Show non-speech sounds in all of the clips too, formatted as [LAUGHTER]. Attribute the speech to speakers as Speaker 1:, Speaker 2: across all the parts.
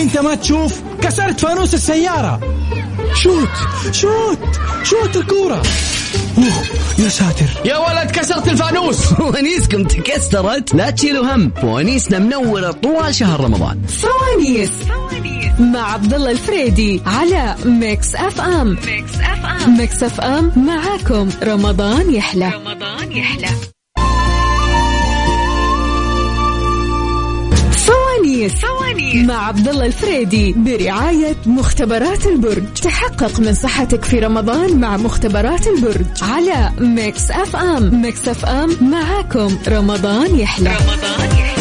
Speaker 1: انت ما تشوف كسرت فانوس السيارة شوت شوت شوت الكورة اوه يا ساتر
Speaker 2: يا ولد كسرت الفانوس
Speaker 3: فوانيسكم تكسرت لا تشيلوا هم فوانيسنا منورة طوال شهر رمضان
Speaker 4: فوانيس مع عبد الله الفريدي على ميكس اف ام ميكس اف ام ميكس اف ام معاكم رمضان يحلى رمضان يحلى فوانيس فوانيس مع عبد الله الفريدي برعاية مختبرات البرج تحقق من صحتك في رمضان مع مختبرات البرج على ميكس اف ام ميكس اف ام معاكم رمضان يحلى رمضان يحلى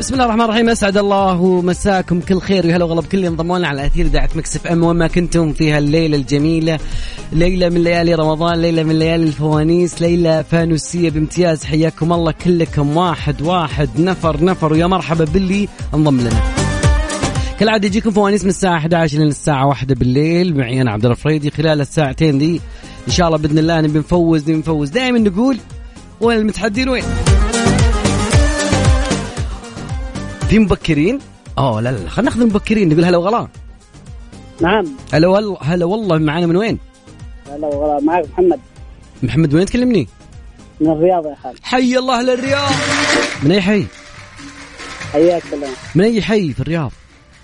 Speaker 3: بسم الله الرحمن الرحيم اسعد الله ومساكم كل خير وهلا وغلا بكل اللي انضموا لنا على اثير اذاعه مكس اف ام وما كنتم فيها الليله الجميله ليله من ليالي رمضان ليله من ليالي الفوانيس ليله فانوسيه بامتياز حياكم الله كلكم واحد واحد نفر نفر ويا مرحبا باللي انضم لنا كالعاده يجيكم فوانيس من الساعه 11 لين الساعه 1 بالليل معي انا عبد الفريدي خلال الساعتين دي ان شاء الله باذن الله نبي نفوز نبي نفوز دائما نقول وين المتحدين وين في مبكرين؟ اوه لا لا خلينا ناخذ المبكرين نقول هلا وغلا
Speaker 5: نعم
Speaker 3: هلا والله هلا والله معنا من وين؟
Speaker 5: هلا والله معك محمد
Speaker 3: محمد وين تكلمني؟
Speaker 5: من الرياض يا خالد
Speaker 3: حي الله اهل الرياض من اي حي؟
Speaker 5: حياك الله
Speaker 3: من اي حي في الرياض؟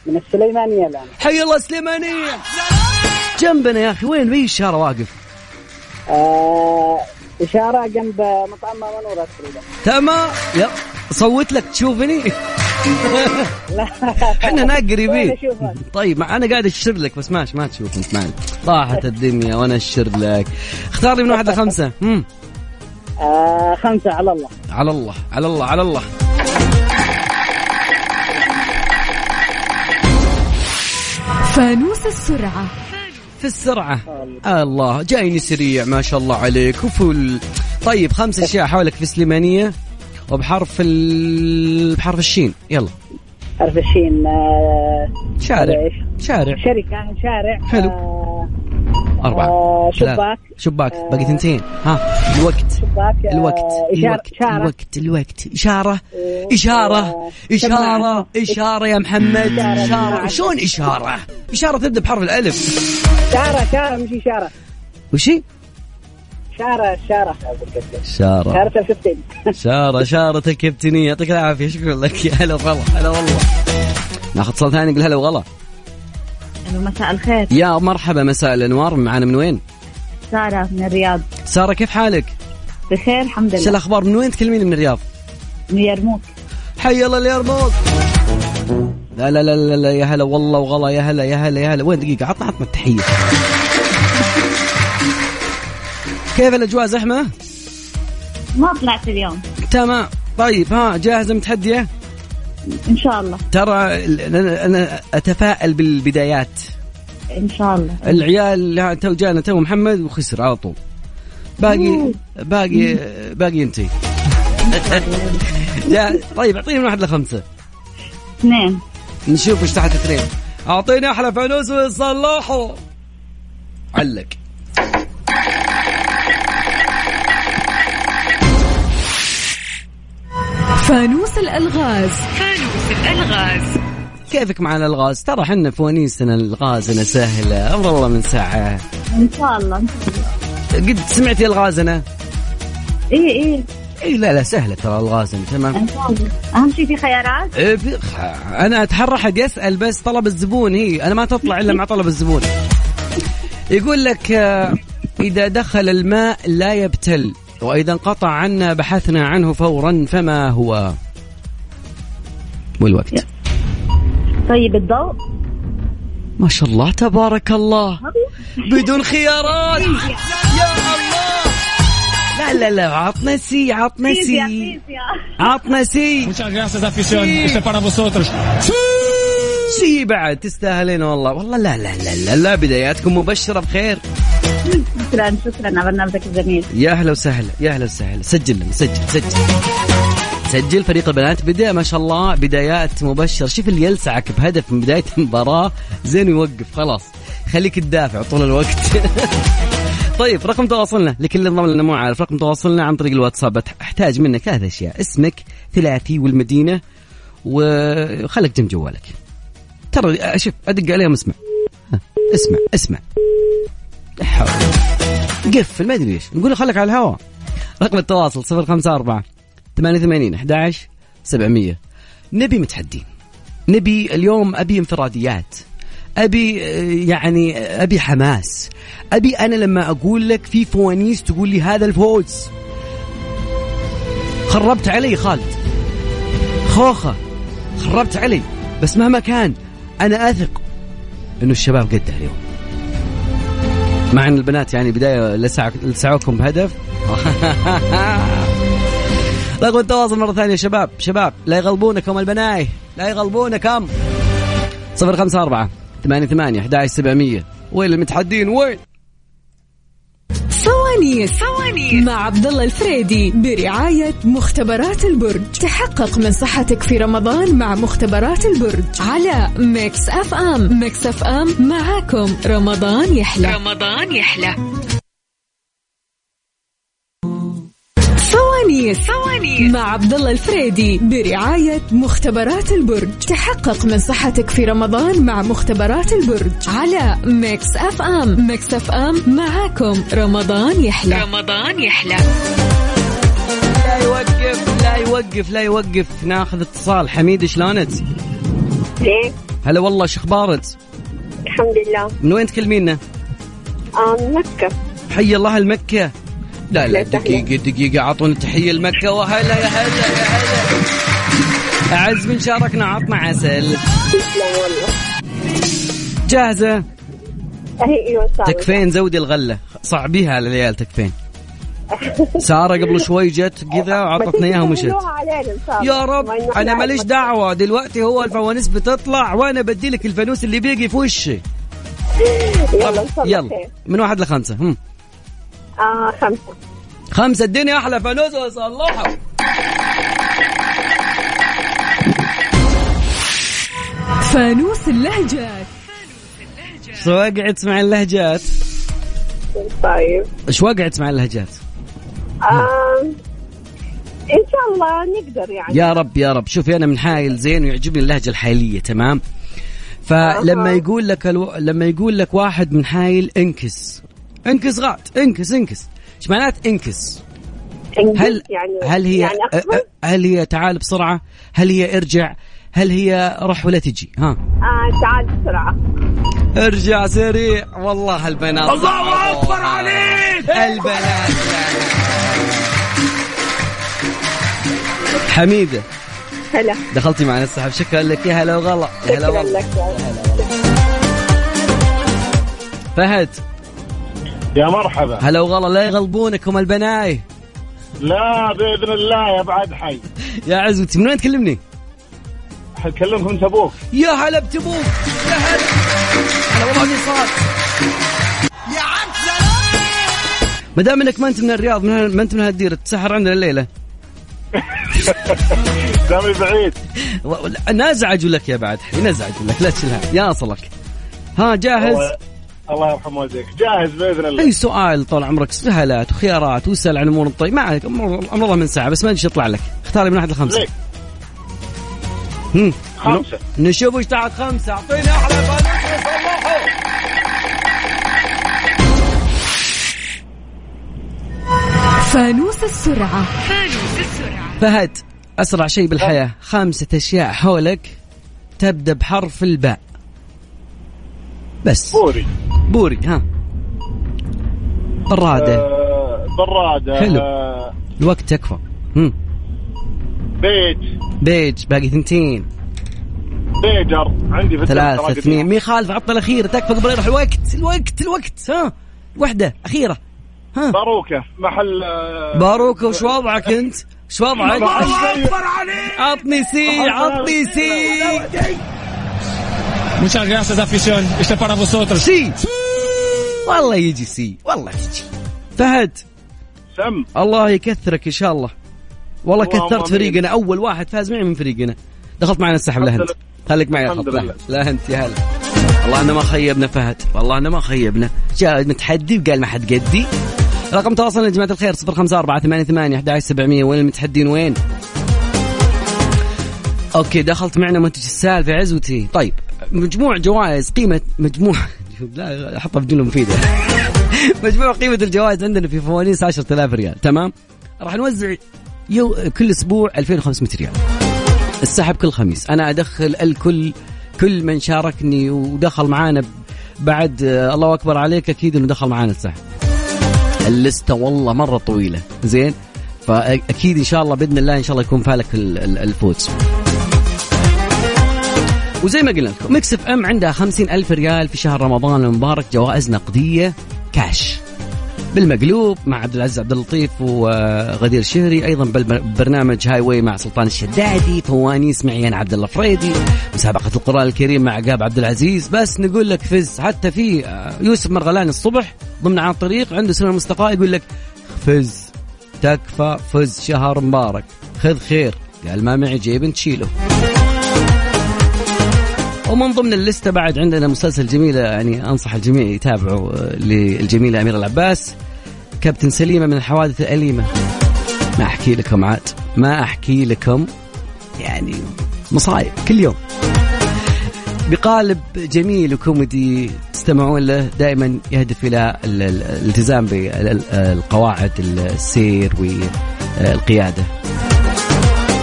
Speaker 5: من السليمانية الآن
Speaker 3: حي الله سليمانيه جنبنا يا اخي وين في الشارع واقف؟
Speaker 5: آه إشارة جنب مطعم ما منورة تقريبا [LAUGHS]
Speaker 3: تمام يلا صوت لك تشوفني [LAUGHS] احنا هناك قريبين
Speaker 5: وين أشوفك؟
Speaker 3: طيب مع- انا قاعد اشر لك بس ماشي ما تشوف انت معي طاحت الدنيا وانا اشر لك اختار لي من واحد لخمسه امم
Speaker 5: آه خمسة على الله
Speaker 3: على الله على الله على الله
Speaker 4: فانوس السرعة
Speaker 3: في السرعة الله جايني سريع ما شاء الله عليك وفل طيب خمس اشياء حولك في سليمانية وبحرف ال... بحرف الشين يلا
Speaker 5: حرف الشين آه
Speaker 3: شارع
Speaker 5: إيش؟
Speaker 3: شارع
Speaker 5: شركة شارع
Speaker 3: حلو.
Speaker 5: آه
Speaker 3: أربعة
Speaker 5: آه،
Speaker 3: ثلاثة.
Speaker 5: شباك.
Speaker 3: شباك
Speaker 5: آه،
Speaker 3: باقي ثنتين ها الوقت
Speaker 5: شباك آه
Speaker 3: الوقت
Speaker 5: إشارة
Speaker 3: الوقت
Speaker 5: إشارة
Speaker 3: الوقت الوقت إشارة
Speaker 5: إيه.
Speaker 3: إشارة
Speaker 5: آه،
Speaker 3: إشارة
Speaker 5: شماعة.
Speaker 3: إشارة يا محمد
Speaker 5: إشارة،
Speaker 3: إشارة
Speaker 5: شماعة.
Speaker 3: شلون إشارة إشارة تبدأ بحرف الألف
Speaker 5: شارة شارة مش إشارة
Speaker 3: وشي
Speaker 5: شارة شارة
Speaker 3: إشارة
Speaker 5: شارة الكابتن
Speaker 3: شارة شارة الكابتنية يعطيك العافية شكرا لك يا هلا وغلا هلا والله ناخذ اتصال ثاني نقول هلا وغلا
Speaker 6: مساء الخير
Speaker 3: يا مرحبا مساء الانوار معانا من وين؟
Speaker 6: سارة من الرياض
Speaker 3: سارة كيف حالك؟
Speaker 6: بخير الحمد
Speaker 3: ايش
Speaker 6: لله
Speaker 3: الاخبار من وين تكلميني من الرياض؟
Speaker 6: من يرموك
Speaker 3: حي الله اليرموك لا لا لا لا, لا يا هلا والله وغلا يا هلا يا هلا يا هلا وين دقيقة عطنا عطنا التحية كيف الاجواء زحمة؟
Speaker 6: ما طلعت اليوم
Speaker 3: تمام طيب ها جاهزة متحدية؟
Speaker 6: إن شاء الله
Speaker 3: ترى ال- انا أنا اتفائل بالبدايات
Speaker 6: إن شاء الله
Speaker 3: العيال ها تو جانا تو محمد وخسر على طول باقي باقي باقي انت يا طيب اعطيني من واحد لخمسه
Speaker 6: اثنين
Speaker 3: نشوف ايش تحت اثنين اعطيني احلى فانوس ويصلحوا علق
Speaker 4: فانوس الألغاز
Speaker 3: كيفك معنا الغاز ترى حنا فوانيسنا الغازنا سهله امر الله من ساعه
Speaker 6: إن شاء الله
Speaker 3: قد سمعتي الغازنا
Speaker 6: إيه إيه
Speaker 3: اي لا لا سهله ترى الغازنا تمام
Speaker 6: إن شاء الله أهم شيء في خيارات
Speaker 3: إيه، في- انا اتحرى حد يسال بس طلب الزبون هي انا ما تطلع الا مع طلب الزبون يقول لك آه، اذا دخل الماء لا يبتل واذا انقطع عنا بحثنا عنه فورا فما هو والوقت
Speaker 6: طيب الضوء
Speaker 3: ما شاء الله تبارك الله بدون خيارات يا الله لا لا لا عطنا سي عطنا سي عطنا سي
Speaker 1: Muchas gracias afición, este para vosotros.
Speaker 3: سي بعد تستاهلين والله والله لا لا لا لا, لا بداياتكم مبشره بخير
Speaker 6: شكرا شكرا على برنامجك الجميل
Speaker 3: يا هلا وسهلا يا هلا وسهلا سجل لنا سجل سجل سجل فريق البنات بدا ما شاء الله بدايات مبشر شوف اللي يلسعك بهدف من بدايه المباراه زين يوقف خلاص خليك تدافع طول الوقت [LAUGHS] طيب رقم تواصلنا لكل اللي انضم لنا مو عارف رقم تواصلنا عن طريق الواتساب احتاج منك ثلاث اشياء اسمك ثلاثي والمدينه وخلك جنب جوالك ترى شوف ادق عليهم اسمع ها، اسمع اسمع لا حول. قفل ما ادري ايش نقول له خليك على الهواء رقم التواصل 054 88 11 700 نبي متحدين نبي اليوم ابي انفراديات ابي آه، يعني آه، ابي حماس ابي انا لما اقول لك في فوانيس تقول لي هذا الفوز خربت علي خالد خوخه خربت علي بس مهما كان انا اثق انه الشباب قده اليوم مع ان البنات يعني بدايه لسع- لسعوكم بهدف [LAUGHS] رقم التواصل مره ثانيه شباب شباب لا يغلبونكم البناي لا يغلبونكم 054 88 11700 وين المتحدين وين؟
Speaker 4: فوانيس فوانيس مع عبد الله الفريدي برعاية مختبرات البرج تحقق من صحتك في رمضان مع مختبرات البرج على ميكس اف ام ميكس اف ام معاكم رمضان يحلى رمضان يحلى فوانيس فوانيس مع عبد الله الفريدي برعاية مختبرات البرج تحقق من صحتك في رمضان مع مختبرات البرج على ميكس اف ام ميكس اف ام معاكم رمضان يحلى رمضان يحلى
Speaker 3: لا يوقف لا يوقف لا يوقف ناخذ اتصال حميد شلونك؟
Speaker 7: ايه
Speaker 3: هلا والله شخبارك؟
Speaker 7: الحمد لله
Speaker 3: من وين تكلمينا؟
Speaker 7: آم مكة
Speaker 3: حي الله المكة لا لا
Speaker 7: لا، تحية.
Speaker 3: دقيقة دقيقة أعطونا تحية المكة وهلا يا هلا يا هلا أعز من شاركنا عطنا عسل
Speaker 7: تسلم والله
Speaker 3: جاهزة
Speaker 7: ايوه صعب
Speaker 3: تكفين زودي الغلة صعبيها على العيال تكفين سارة قبل شوي جت كذا وعطتنا إياها ومشت يا رب أنا ماليش دعوة دلوقتي هو الفوانيس بتطلع وأنا بدي لك الفانوس اللي بيجي في وشي
Speaker 7: يلا إن شاء الله
Speaker 3: يلا
Speaker 7: خير.
Speaker 3: من واحد لخمسة هم.
Speaker 7: آه خمسة
Speaker 3: خمسة الدنيا أحلى فانوس وصلحه
Speaker 4: فانوس اللهجات
Speaker 3: شو وقعت مع اللهجات
Speaker 7: طيب آه،
Speaker 3: شو وقعت مع اللهجات
Speaker 7: آم ان شاء الله نقدر يعني
Speaker 3: يا رب يا رب شوفي انا من حايل زين ويعجبني اللهجه الحاليه تمام فلما
Speaker 7: أها.
Speaker 3: يقول لك الو... لما يقول لك واحد من حايل انكس انكس غات انكس انكس ايش معنات انكس
Speaker 7: إنجليز
Speaker 3: هل
Speaker 7: يعني
Speaker 3: هل هي
Speaker 7: يعني أقبل؟
Speaker 3: أ- أ- هل هي تعال بسرعه هل هي ارجع هل هي رح ولا تجي ها
Speaker 7: آه تعال بسرعة
Speaker 3: ارجع سريع والله البنات الله اكبر عليك البنات حميده
Speaker 7: هلا
Speaker 3: دخلتي معنا السحب شكرا لك يا هلا وغلا يا هلا
Speaker 7: شكرا
Speaker 3: والله
Speaker 7: لك يا-
Speaker 3: فهد
Speaker 8: يا مرحبا
Speaker 3: هلا وغلا لا يغلبونكم البناي
Speaker 8: لا باذن الله يا بعد حي
Speaker 3: يا عزوتي من وين تكلمني؟
Speaker 8: حكلمك انت ابوك
Speaker 3: يا هلا بتبوك يا هلا هلا والله اني صار ما دام انك ما انت من الرياض من هال- ما انت من هالديره تسحر عندنا الليله
Speaker 8: دامي بعيد
Speaker 3: و- لا، نزعج لك يا بعد حي نزعج لك لا تشيلها يا اصلك ها جاهز؟
Speaker 8: الله- الله يرحم والديك جاهز باذن الله
Speaker 3: اي سؤال طال عمرك سهلات وخيارات واسال عن امور الطيب ما عليك امر أمر الله من ساعه بس ما ادري إيش يطلع لك اختاري من واحد لخمسه
Speaker 8: ليك
Speaker 3: هم.
Speaker 8: خمسه
Speaker 3: نشوف ايش تحت خمسة اعطيني احلى فانوس وصلحه
Speaker 4: فانوس السرعة
Speaker 3: فهد اسرع شيء بالحياة خمسة اشياء حولك تبدا بحرف الباء بس
Speaker 8: بوري
Speaker 3: بوري ها برادة
Speaker 8: آه، براده
Speaker 3: حلو.
Speaker 8: آه،
Speaker 3: الوقت تكفى هم.
Speaker 8: بيت
Speaker 3: بيج باقي ثنتين
Speaker 8: بيجر عندي في
Speaker 3: ثلاثة
Speaker 8: الدفتر
Speaker 3: اثنين
Speaker 8: رقم.
Speaker 3: مي خالف عطل الأخيرة تكفى قبل يروح الوقت الوقت الوقت ها واحدة أخيرة ها
Speaker 8: باروكه محل آه،
Speaker 3: باروك وش وضعك أنت؟ وش وضعك؟ عطني سي عطني سي
Speaker 1: Muchas gracias, afición. Este para vosotros.
Speaker 3: سي والله يجي سي والله يجي فهد
Speaker 8: سم
Speaker 3: الله يكثرك ان شاء الله والله
Speaker 8: اللهم
Speaker 3: كثرت
Speaker 8: آمين.
Speaker 3: فريقنا اول واحد فاز معي من فريقنا دخلت معنا السحب لا
Speaker 8: الحمد
Speaker 3: انت
Speaker 8: لله.
Speaker 3: خليك معي يا
Speaker 8: الحمد
Speaker 3: خط لا
Speaker 8: لله.
Speaker 3: لا انت يا هلا والله انا ما خيبنا فهد والله انا ما خيبنا جاء متحدي وقال ما حد قدي رقم تواصلنا يا جماعه الخير 054 700 وين المتحدين وين؟ اوكي دخلت معنا منتج السالفه عزوتي طيب مجموع جوائز قيمة مجموع [LAUGHS] لا احطها في جملة مفيدة [LAUGHS] مجموع قيمة الجوائز عندنا في فوانيس 10000 ريال تمام راح نوزع يو... كل اسبوع 2500 ريال السحب كل خميس انا ادخل الكل كل من شاركني ودخل معانا ب- بعد آه، الله اكبر عليك اكيد انه دخل معانا السحب اللستة والله مرة طويلة زين فأكيد إن شاء الله بإذن الله إن شاء الله يكون فالك ال- ال- الفوز وزي ما قلنا لكم ميكس اف ام عندها خمسين ألف ريال في شهر رمضان المبارك جوائز نقدية كاش بالمقلوب مع عبد العزيز عبد اللطيف وغدير الشهري ايضا بالب- ببرنامج هاي واي مع سلطان الشدادي فوانيس معي انا عبد الله فريدي مسابقه القران الكريم مع عقاب عبد العزيز بس نقول لك فز حتى في آه، يوسف مرغلاني الصبح ضمن عن طريق عنده سنه المستقى يقول لك فز تكفى فز شهر مبارك خذ خير قال ما معي جيب تشيله ومن ضمن اللستة بعد عندنا مسلسل جميلة يعني أنصح الجميع يتابعه آه، للجميلة أميرة العباس كابتن سليمة من الحوادث الأليمة ما أحكي لكم عاد ما أحكي لكم يعني مصايب كل يوم بقالب جميل وكوميدي تستمعون له دائما يهدف الى ال- ال- الالتزام بالقواعد السير والقياده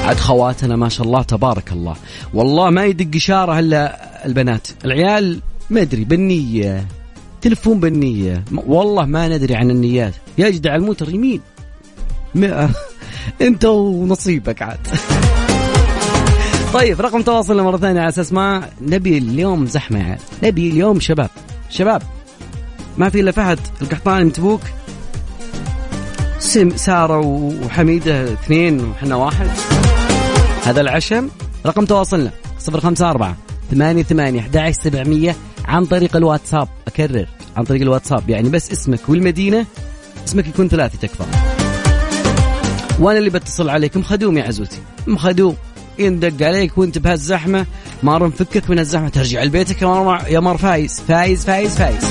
Speaker 3: عاد خواتنا ما شاء الله تبارك الله والله ما يدق إشارة إلا البنات العيال ما أدري بالنية تلفون بالنية م- والله ما ندري عن النيات يا جدع الموتر يمين ما [LAUGHS] انت ونصيبك عاد [LAUGHS] طيب رقم تواصلنا مرة ثانية على أساس ما نبي اليوم زحمة يا عيال نبي اليوم شباب شباب ما في إلا فهد القحطاني من تبوك سم سارة وحميدة اثنين وحنا واحد هذا العشم رقم تواصلنا 054 88 11700 عن طريق الواتساب أكرر عن طريق الواتساب يعني بس اسمك والمدينة اسمك يكون ثلاثة تكفى وأنا اللي بتصل عليك مخدوم يا عزوتي مخدوم يندق عليك وانت بهالزحمة ما نفكك من الزحمة ترجع لبيتك يا مار, يا مار فايز فايز فايز فايز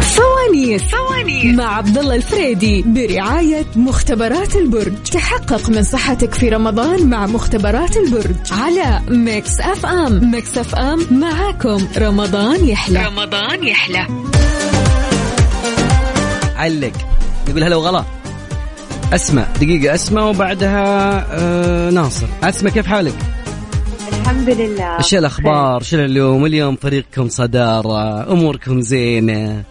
Speaker 4: فوانيس فوانيس مع عبد الله الفريدي برعاية مختبرات البرج تحقق من صحتك في رمضان مع مختبرات البرج على ميكس اف ام ميكس اف ام معاكم رمضان يحلى رمضان يحلى
Speaker 3: علق يقول هلا وغلا اسمع دقيقة اسمع وبعدها آه ناصر اسمع كيف حالك؟
Speaker 7: الحمد لله
Speaker 3: شو الاخبار؟ شو اليوم؟ اليوم فريقكم صدارة، اموركم زينة،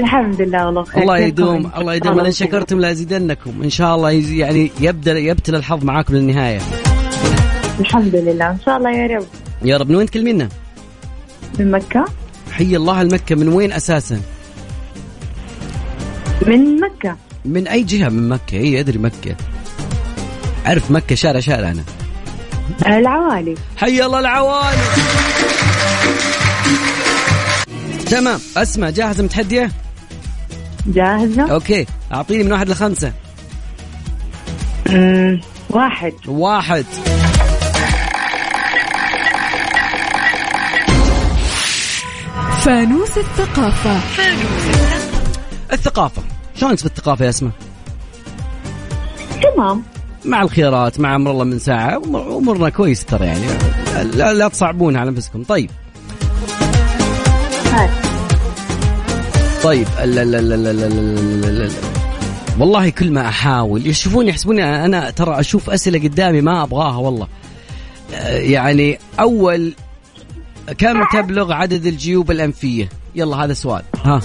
Speaker 7: الحمد لله والله بخير
Speaker 3: الله
Speaker 7: كيفكم؟
Speaker 3: يدوم الله يدوم لان شكرتم لازيدنكم، ان شاء الله يز- يعني يبدا يبتل الحظ معاكم للنهاية.
Speaker 7: الحمد لله ان شاء الله يا رب
Speaker 3: يا رب من وين تكلمينا؟
Speaker 7: من مكة
Speaker 3: حي الله المكة من وين اساسا؟
Speaker 7: من مكة
Speaker 3: من اي جهة من مكة؟ اي ادري مكة. اعرف مكة شارع شارع انا.
Speaker 7: العوالي
Speaker 3: حي الله العوالي تمام اسمع جاهزه متحديه
Speaker 7: جاهزة
Speaker 3: اوكي اعطيني من واحد لخمسه
Speaker 7: أمم، واحد
Speaker 3: واحد
Speaker 4: فانوس الثقافة
Speaker 3: الثقافه شلونك في الثقافه يا اسماء
Speaker 7: تمام
Speaker 3: مع الخيارات مع امر الله من ساعه أمر- امورنا كويس ترى يعني لا, لا تصعبون على انفسكم طيب
Speaker 7: هات
Speaker 3: طيب لا لا لا لا لا لا لا لا. والله كل ما احاول يشوفوني يحسبوني انا ترى اشوف اسئله قدامي ما ابغاها والله آه، يعني اول كم تبلغ عدد الجيوب الانفيه؟ يلا هذا سؤال ها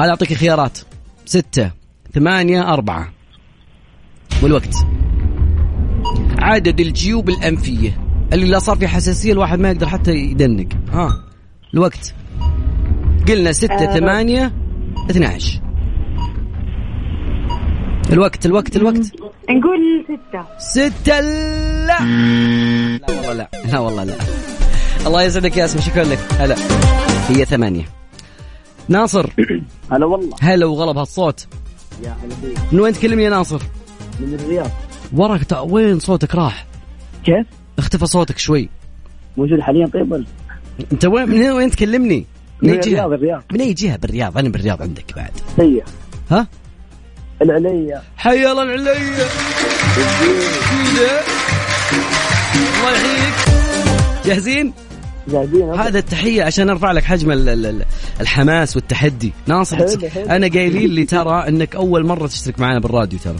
Speaker 3: هذا اعطيك خيارات ستة ثمانية أربعة والوقت عدد الجيوب الأنفية اللي لا صار في حساسية الواحد ما يقدر حتى يدنق ها الوقت قلنا ستة
Speaker 7: آه،
Speaker 3: ثمانية اثنى عشر الوقت الوقت الوقت
Speaker 7: نقول ستة
Speaker 3: ستة لا لا والله لا لا والله لا الله يسعدك يا اسمه شكرا لك هلا هي ثمانية ناصر
Speaker 5: [COUGHS] هلا والله
Speaker 3: هلا وغلب هالصوت
Speaker 5: يا هلا فيك
Speaker 3: من وين تكلمني يا ناصر؟
Speaker 5: من الرياض
Speaker 3: وراك تا- وين صوتك راح؟
Speaker 5: كيف؟
Speaker 3: اختفى صوتك شوي
Speaker 5: موجود حاليا طيب ولا؟
Speaker 3: انت وين من وين تكلمني؟ من اي
Speaker 5: الرياض
Speaker 3: جهة؟
Speaker 5: الرياض
Speaker 3: من اي جهة بالرياض؟ انا بالرياض عندك بعد
Speaker 5: هي
Speaker 3: ها؟
Speaker 5: العليا
Speaker 3: حي الله العليا كذا الله يحييك جاهزين؟
Speaker 5: جايبين
Speaker 3: هذا التحية عشان ارفع لك حجم ال- ال- ال- الحماس والتحدي ناصح
Speaker 5: حلو، حلو.
Speaker 3: انا قايلين لي ترى انك اول مرة تشترك معنا بالراديو ترى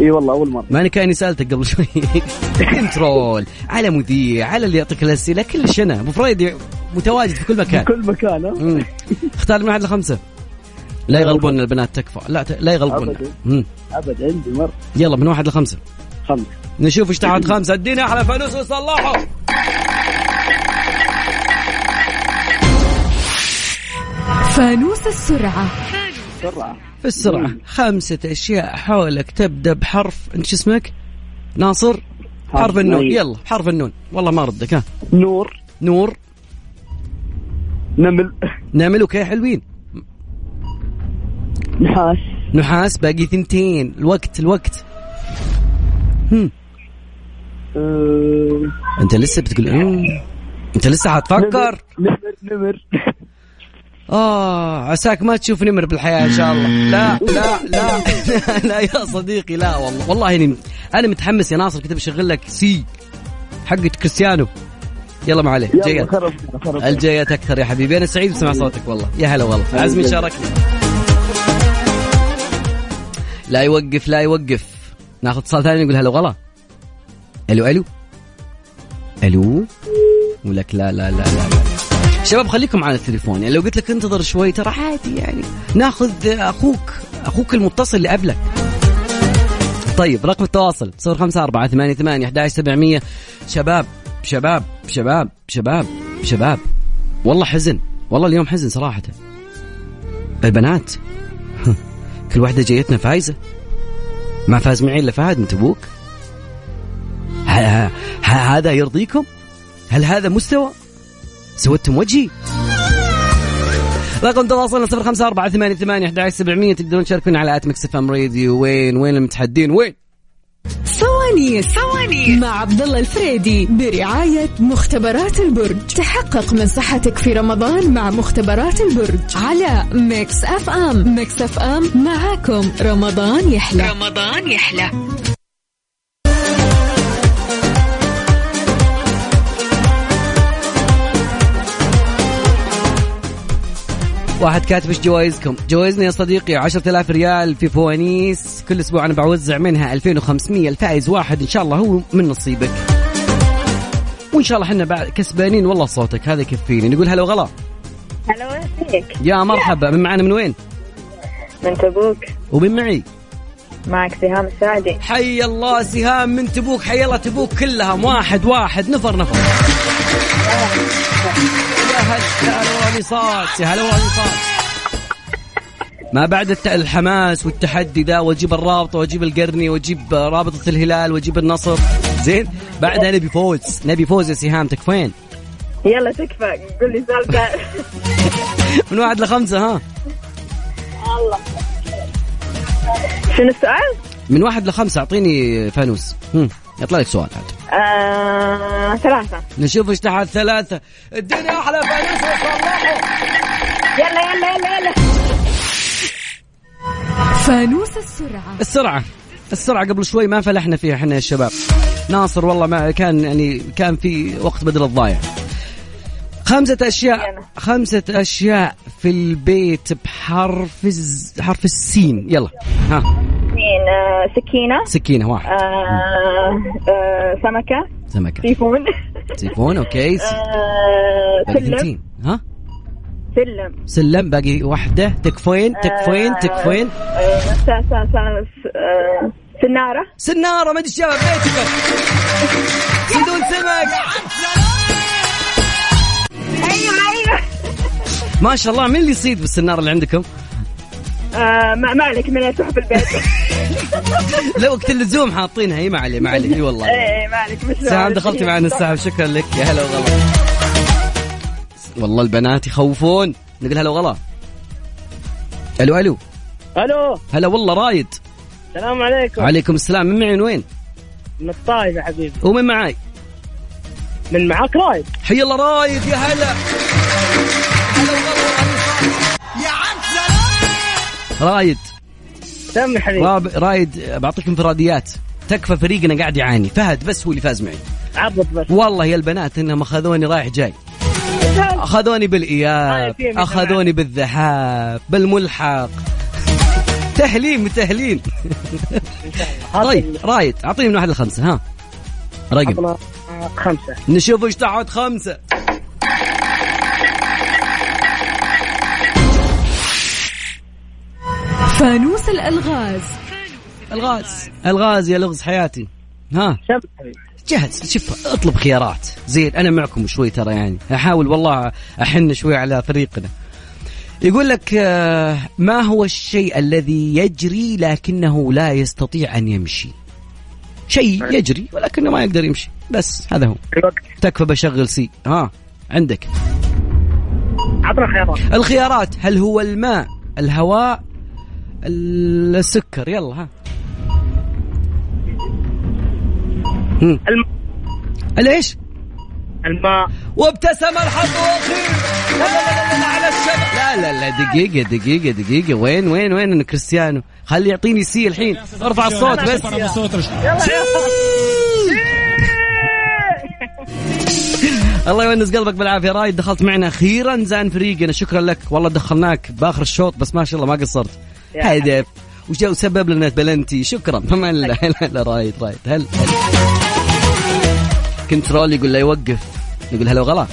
Speaker 5: اي والله اول مره
Speaker 3: ماني كاني سالتك قبل شوي [LAUGHS] كنترول على مذيع على اللي يعطيك الاسئله كل شنا ابو فريدي متواجد في كل مكان
Speaker 5: كل مكان ها؟
Speaker 3: مم. اختار من واحد لخمسه لا يغلبون البنات تكفى لا ت- لا يغلبون
Speaker 5: أبداً.
Speaker 3: مم.
Speaker 5: ابد عندي مره
Speaker 3: يلا من واحد لخمسه
Speaker 5: خمسه
Speaker 3: نشوف ايش تحت خمسه ادينا احلى فانوس وصلحه
Speaker 4: فانوس السرعة
Speaker 5: بسرعه
Speaker 3: في السرعه خمسه اشياء حولك تبدا بحرف انت شو اسمك؟ ناصر حرف النون
Speaker 5: نعم.
Speaker 3: يلا حرف النون والله ما ردك ها
Speaker 5: نور
Speaker 3: نور
Speaker 5: نمل
Speaker 3: نعمل اوكي حلوين
Speaker 5: نحاس
Speaker 3: نحاس باقي ثنتين الوقت الوقت
Speaker 5: آه،
Speaker 3: انت لسه بتقول أمم. انت لسه حتفكر
Speaker 5: نمر نمر
Speaker 3: اه عساك ما تشوف نمر بالحياه ان شاء الله لا لا لا
Speaker 5: [LAUGHS]
Speaker 3: لا [LAUGHS] يا صديقي لا والله والله اني انا متحمس يا ناصر كنت بشغل لك سي حقة كريستيانو يلا ما عليه
Speaker 5: يلا
Speaker 3: جيد
Speaker 5: خرب خرب
Speaker 3: الجيات اكثر يا حبيبي انا سعيد بسمع صوتك والله يا هلا والله عزمي شاركني لا يوقف لا يوقف ناخذ اتصال ثاني نقول هلا وغلا الو الو الو ولك لا لا لا لا, لا. شباب خليكم على التليفون يعني لو قلت لك انتظر شوي ترى عادي يعني ناخذ اخوك اخوك المتصل اللي قبلك طيب رقم التواصل 05488 شباب شباب شباب شباب شباب والله حزن والله اليوم حزن صراحة البنات [LAUGHS] كل واحدة جايتنا فايزة ما فاز معي إلا فهد أنت أبوك ه- ه- ه- هذا يرضيكم هل هذا مستوى سودتم وجهي رقم تواصلنا صفر خمسة أربعة ثمانية ثمانية أحد سبعمية تقدرون تشاركونا على آت ميكس اف ام راديو وين وين المتحدين وين
Speaker 4: فوانيس فوانيس مع عبد الله الفريدي برعاية مختبرات البرج تحقق من صحتك في رمضان مع مختبرات البرج على ميكس اف ام ميكس اف ام معاكم رمضان يحلى رمضان يحلى
Speaker 3: واحد كاتب ايش جوائزكم؟ جوائزنا يا صديقي 10000 ريال في فوانيس كل اسبوع انا بعوزع منها 2500 الفائز واحد ان شاء الله هو من نصيبك. وان شاء الله احنا بعد كسبانين والله صوتك هذا يكفيني نقول هلا وغلا
Speaker 6: هلا فيك
Speaker 3: يا مرحبا من معانا من وين؟
Speaker 6: من تبوك
Speaker 3: ومن معي؟
Speaker 6: معك سهام السعدي
Speaker 3: حي الله سهام من تبوك حي الله تبوك كلها واحد واحد نفر نفر. يا هلا يا هلا والله نصاص، يا هلا والله نصاص. ما بعد الت- الحماس والتحدي ذا واجيب الرابطه واجيب القرني واجيب رابطه الهلال واجيب النصر زين بعدها نبي فوز نبي فوز يا سهام تكفين
Speaker 6: يلا تكفى قول لي سالفة
Speaker 3: من واحد لخمسه ها
Speaker 6: شنو السؤال؟
Speaker 3: من واحد لخمسه اعطيني فانوس هم. يطلع لك سؤال عاد
Speaker 6: آه، ثلاثة
Speaker 3: نشوف ايش تحت ثلاثه اديني احلى فانوس وصلحه
Speaker 6: يلا يلا يلا يلا
Speaker 4: فانوس السرعة
Speaker 3: السرعه السرعه قبل شوي ما فلحنا فيها احنا يا شباب ناصر والله ما كان يعني كان في وقت بدل الضايع خمسة أشياء خمسة أشياء في البيت بحرف الز... حرف السين يلا ها
Speaker 6: اثنين آه، سكينة
Speaker 3: سكينة واحد
Speaker 6: آه، آه، سمكة
Speaker 3: سمكة
Speaker 6: تيفون
Speaker 3: تليفون أوكي س-
Speaker 6: آه،
Speaker 3: باقي
Speaker 6: سلم
Speaker 3: ثنتين. ها
Speaker 6: سلم
Speaker 3: سلم باقي واحدة تكفين تكفين
Speaker 6: آه،
Speaker 3: تكفين
Speaker 6: آه، س- س- س- آه، سنارة
Speaker 3: سنارة ما أدري شباب بيتك بدون سمك
Speaker 6: ايوه ايوه
Speaker 3: ما شاء الله مين اللي يصيد بالسنارة اللي عندكم؟
Speaker 6: آه، ما ما عليك من تروح بالبيت [LAUGHS]
Speaker 3: لا وقت اللزوم حاطينها اي ما عليه ما عليه اي والله
Speaker 6: ايه ما عليك مش
Speaker 3: سهام دخلتي معنا السحب شكرا لك يا هلا وغلا والله البنات يخوفون نقول هلا وغلا الو الو
Speaker 5: الو
Speaker 3: هلا والله رايد
Speaker 5: السلام عليكم
Speaker 3: عليكم السلام من معي من وين؟
Speaker 5: من الطايف يا حبيبي
Speaker 3: ومن معاي؟
Speaker 5: من معاك رايد
Speaker 3: حي الله رايد يا هلا هلا وغلا. رايد
Speaker 5: سم حبيبي
Speaker 3: راب- رايد بعطيك انفراديات تكفى فريقنا قاعد يعاني فهد بس هو اللي فاز معي
Speaker 5: عبط بس
Speaker 3: والله يا البنات انهم اخذوني رايح جاي
Speaker 6: سهل
Speaker 3: اخذوني بالاياب
Speaker 6: طيب، يا
Speaker 3: اخذوني بالذهاب بالملحق تهليم تهليم طيب رايد اعطيني من واحد لخمسه ها رقم
Speaker 5: عطنا خمسة
Speaker 3: نشوف ايش تحت خمسة
Speaker 4: فانوس الالغاز
Speaker 3: الغاز الغاز يا لغز حياتي ها
Speaker 5: سم حبيبي
Speaker 3: جهز شوف اطلب خيارات زين انا معكم شوي ترى يعني احاول والله احن شوي على فريقنا يقول لك آه، ما هو الشيء الذي يجري لكنه لا يستطيع ان يمشي شيء يجري ولكنه ما يقدر يمشي بس هذا هو
Speaker 5: الوقت
Speaker 3: تكفى بشغل سي ها عندك
Speaker 5: عطنا خيارات
Speaker 3: الخيارات هل هو الماء الهواء السكر يلا ها هم.
Speaker 5: الم-
Speaker 3: الايش
Speaker 5: الماء
Speaker 3: وابتسم الحظ اخير لا لا لا لا على الشبكة لا لا لا دقيقة دقيقة دقيقة وين وين وين أنا كريستيانو خلي يعطيني سي الحين ارفع الصوت بس [LAUGHS] الله يونس قلبك بالعافية رايد دخلت معنا أخيرا زان فريقنا شكرا لك والله دخلناك بآخر الشوط بس ما شاء الله ما قصرت هدف وجا وسبب لنا بلنتي شكرا فما [LAUGHS] لا لا لا رايد رايد هل كنترول يقول لا يوقف نقول هلا وغلا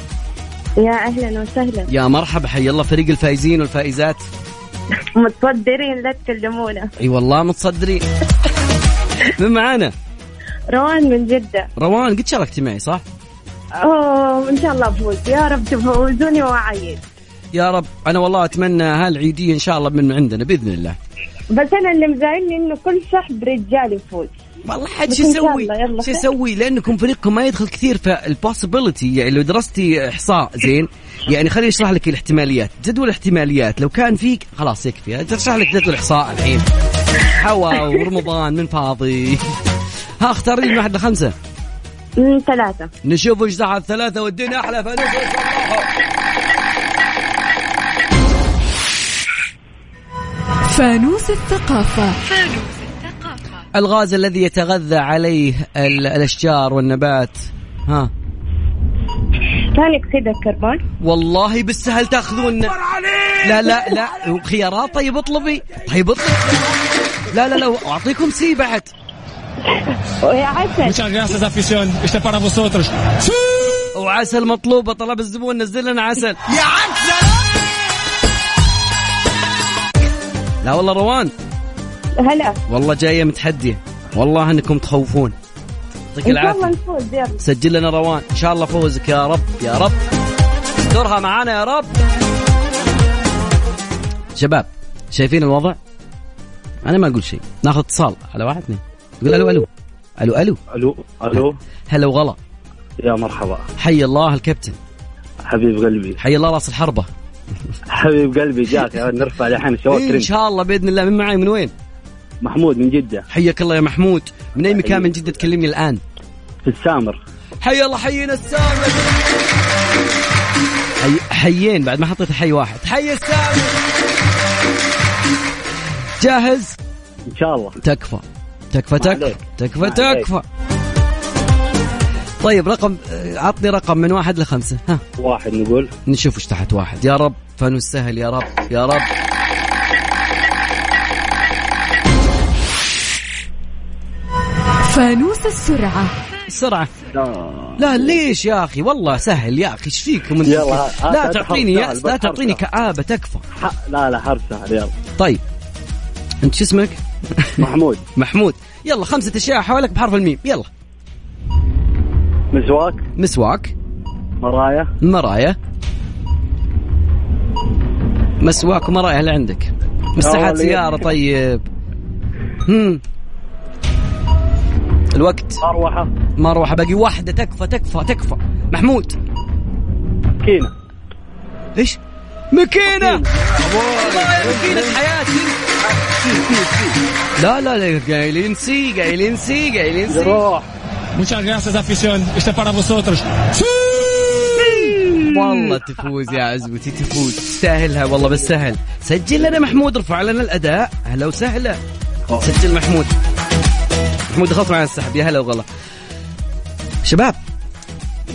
Speaker 7: يا اهلا وسهلا
Speaker 3: يا مرحبا حي الله فريق الفائزين والفائزات
Speaker 7: متصدرين لا تكلمونا
Speaker 3: اي والله متصدرين من معانا
Speaker 7: روان من جدة
Speaker 3: روان قد شاركتي معي صح؟
Speaker 7: اوه ان شاء الله افوز يا رب تفوزوني واعيد
Speaker 3: يا رب انا والله اتمنى هالعيديه ان شاء الله من عندنا باذن الله
Speaker 7: بس انا اللي مزعلني انه كل شحب رجال يفوز
Speaker 3: والله حد
Speaker 7: بس
Speaker 3: شو
Speaker 7: إن شاء
Speaker 3: يسوي؟
Speaker 7: الله، يلا
Speaker 3: شو
Speaker 7: خير.
Speaker 3: يسوي؟ لانكم فريقكم ما يدخل كثير فالبوسيبلتي يعني لو درستي احصاء زين يعني خليني اشرح لك الاحتماليات، جدول الاحتماليات لو كان فيك خلاص يكفي اشرح لك جدول احصاء الحين حوا ورمضان من فاضي ها اختاري من واحد لخمسه
Speaker 7: من ثلاثة
Speaker 3: نشوف ايش دعا الثلاثة والدنيا احلى فانوس وصباحه.
Speaker 4: فانوس الثقافة
Speaker 3: الغاز الذي يتغذى عليه ال- الاشجار والنبات ها
Speaker 7: ثاني اكسيد الكربون
Speaker 3: والله بالسهل تاخذون لا لا لا خيارات طيب اطلبي طيب اطلبي لا لا لا اعطيكم سي بعد
Speaker 7: ويا عسل
Speaker 3: وعسل مطلوبه طلب الزبون نزل لنا عسل يا عسل لا والله روان
Speaker 7: هلا
Speaker 3: والله جايه متحديه والله انكم تخوفون يعطيك
Speaker 7: ان شاء الله
Speaker 3: العافيه
Speaker 7: نفوز يلا
Speaker 3: سجل لنا روان ان شاء الله فوزك يا رب يا رب استرها معانا يا رب شباب شايفين الوضع انا ما اقول شيء ناخذ اتصال على واحد اثنين يقول الو الو الو الو
Speaker 9: الو الو
Speaker 3: هلا وغلا
Speaker 9: يا مرحبا
Speaker 3: حي الله الكابتن
Speaker 9: حبيب قلبي
Speaker 3: حي الله راس الحربه
Speaker 9: حبيب قلبي جاك يا نرفع الحين
Speaker 3: ان
Speaker 9: شواكر
Speaker 3: شاء الله باذن الله من معي من وين
Speaker 9: محمود من جده
Speaker 3: حياك الله يا محمود من اي مكان من جده تكلمني الان
Speaker 9: في السامر
Speaker 3: حي الله حينا السامر حي... حيين بعد ما حطيت حي واحد حي السامر جاهز
Speaker 9: ان شاء الله
Speaker 3: تكفى تكفى تكفى
Speaker 9: عليك.
Speaker 3: تكفى
Speaker 9: ما عليك.
Speaker 3: تكفى طيب رقم آه، عطني رقم من واحد لخمسة ها
Speaker 9: واحد نقول
Speaker 3: نشوف ايش تحت واحد يا رب فانوس سهل يا رب يا رب
Speaker 4: فانوس السرعة
Speaker 3: بسرعة لا ليش يا أخي والله سهل يا أخي ايش فيكم انتم؟
Speaker 9: يلا، هات-
Speaker 3: لا
Speaker 9: هات
Speaker 3: تعطيني
Speaker 9: حرف
Speaker 3: يأس
Speaker 9: سهل،
Speaker 3: لا
Speaker 9: بس
Speaker 3: تعطيني
Speaker 9: حرف
Speaker 3: كآبة تكفى
Speaker 9: ح- لا لا حرف سهل يلا
Speaker 3: طيب انت شو اسمك؟
Speaker 9: محمود
Speaker 3: [LAUGHS] محمود يلا خمسة أشياء حوالك بحرف الميم يلا
Speaker 9: مسواك
Speaker 3: مسواك
Speaker 9: مرايه
Speaker 3: مراية مسواك ومراية اللي عندك مساحات
Speaker 9: والله
Speaker 3: سيارة طيب هم. الوقت
Speaker 9: مروحه
Speaker 3: مروحة باقي واحدة تكفى تكفى تكفى محمود
Speaker 9: كينه
Speaker 3: ايش؟ مكينة والله يا مكينة حياتي لا لا لا قايلين سي قايلين سي قايلين سي
Speaker 9: روح
Speaker 3: والله تفوز يا عزوتي تفوز تستاهلها والله بالسهل سجل لنا محمود ارفع لنا الاداء هلا وسهلا سجل محمود محمود دخلت معنا السحب يا هلا وغلا شباب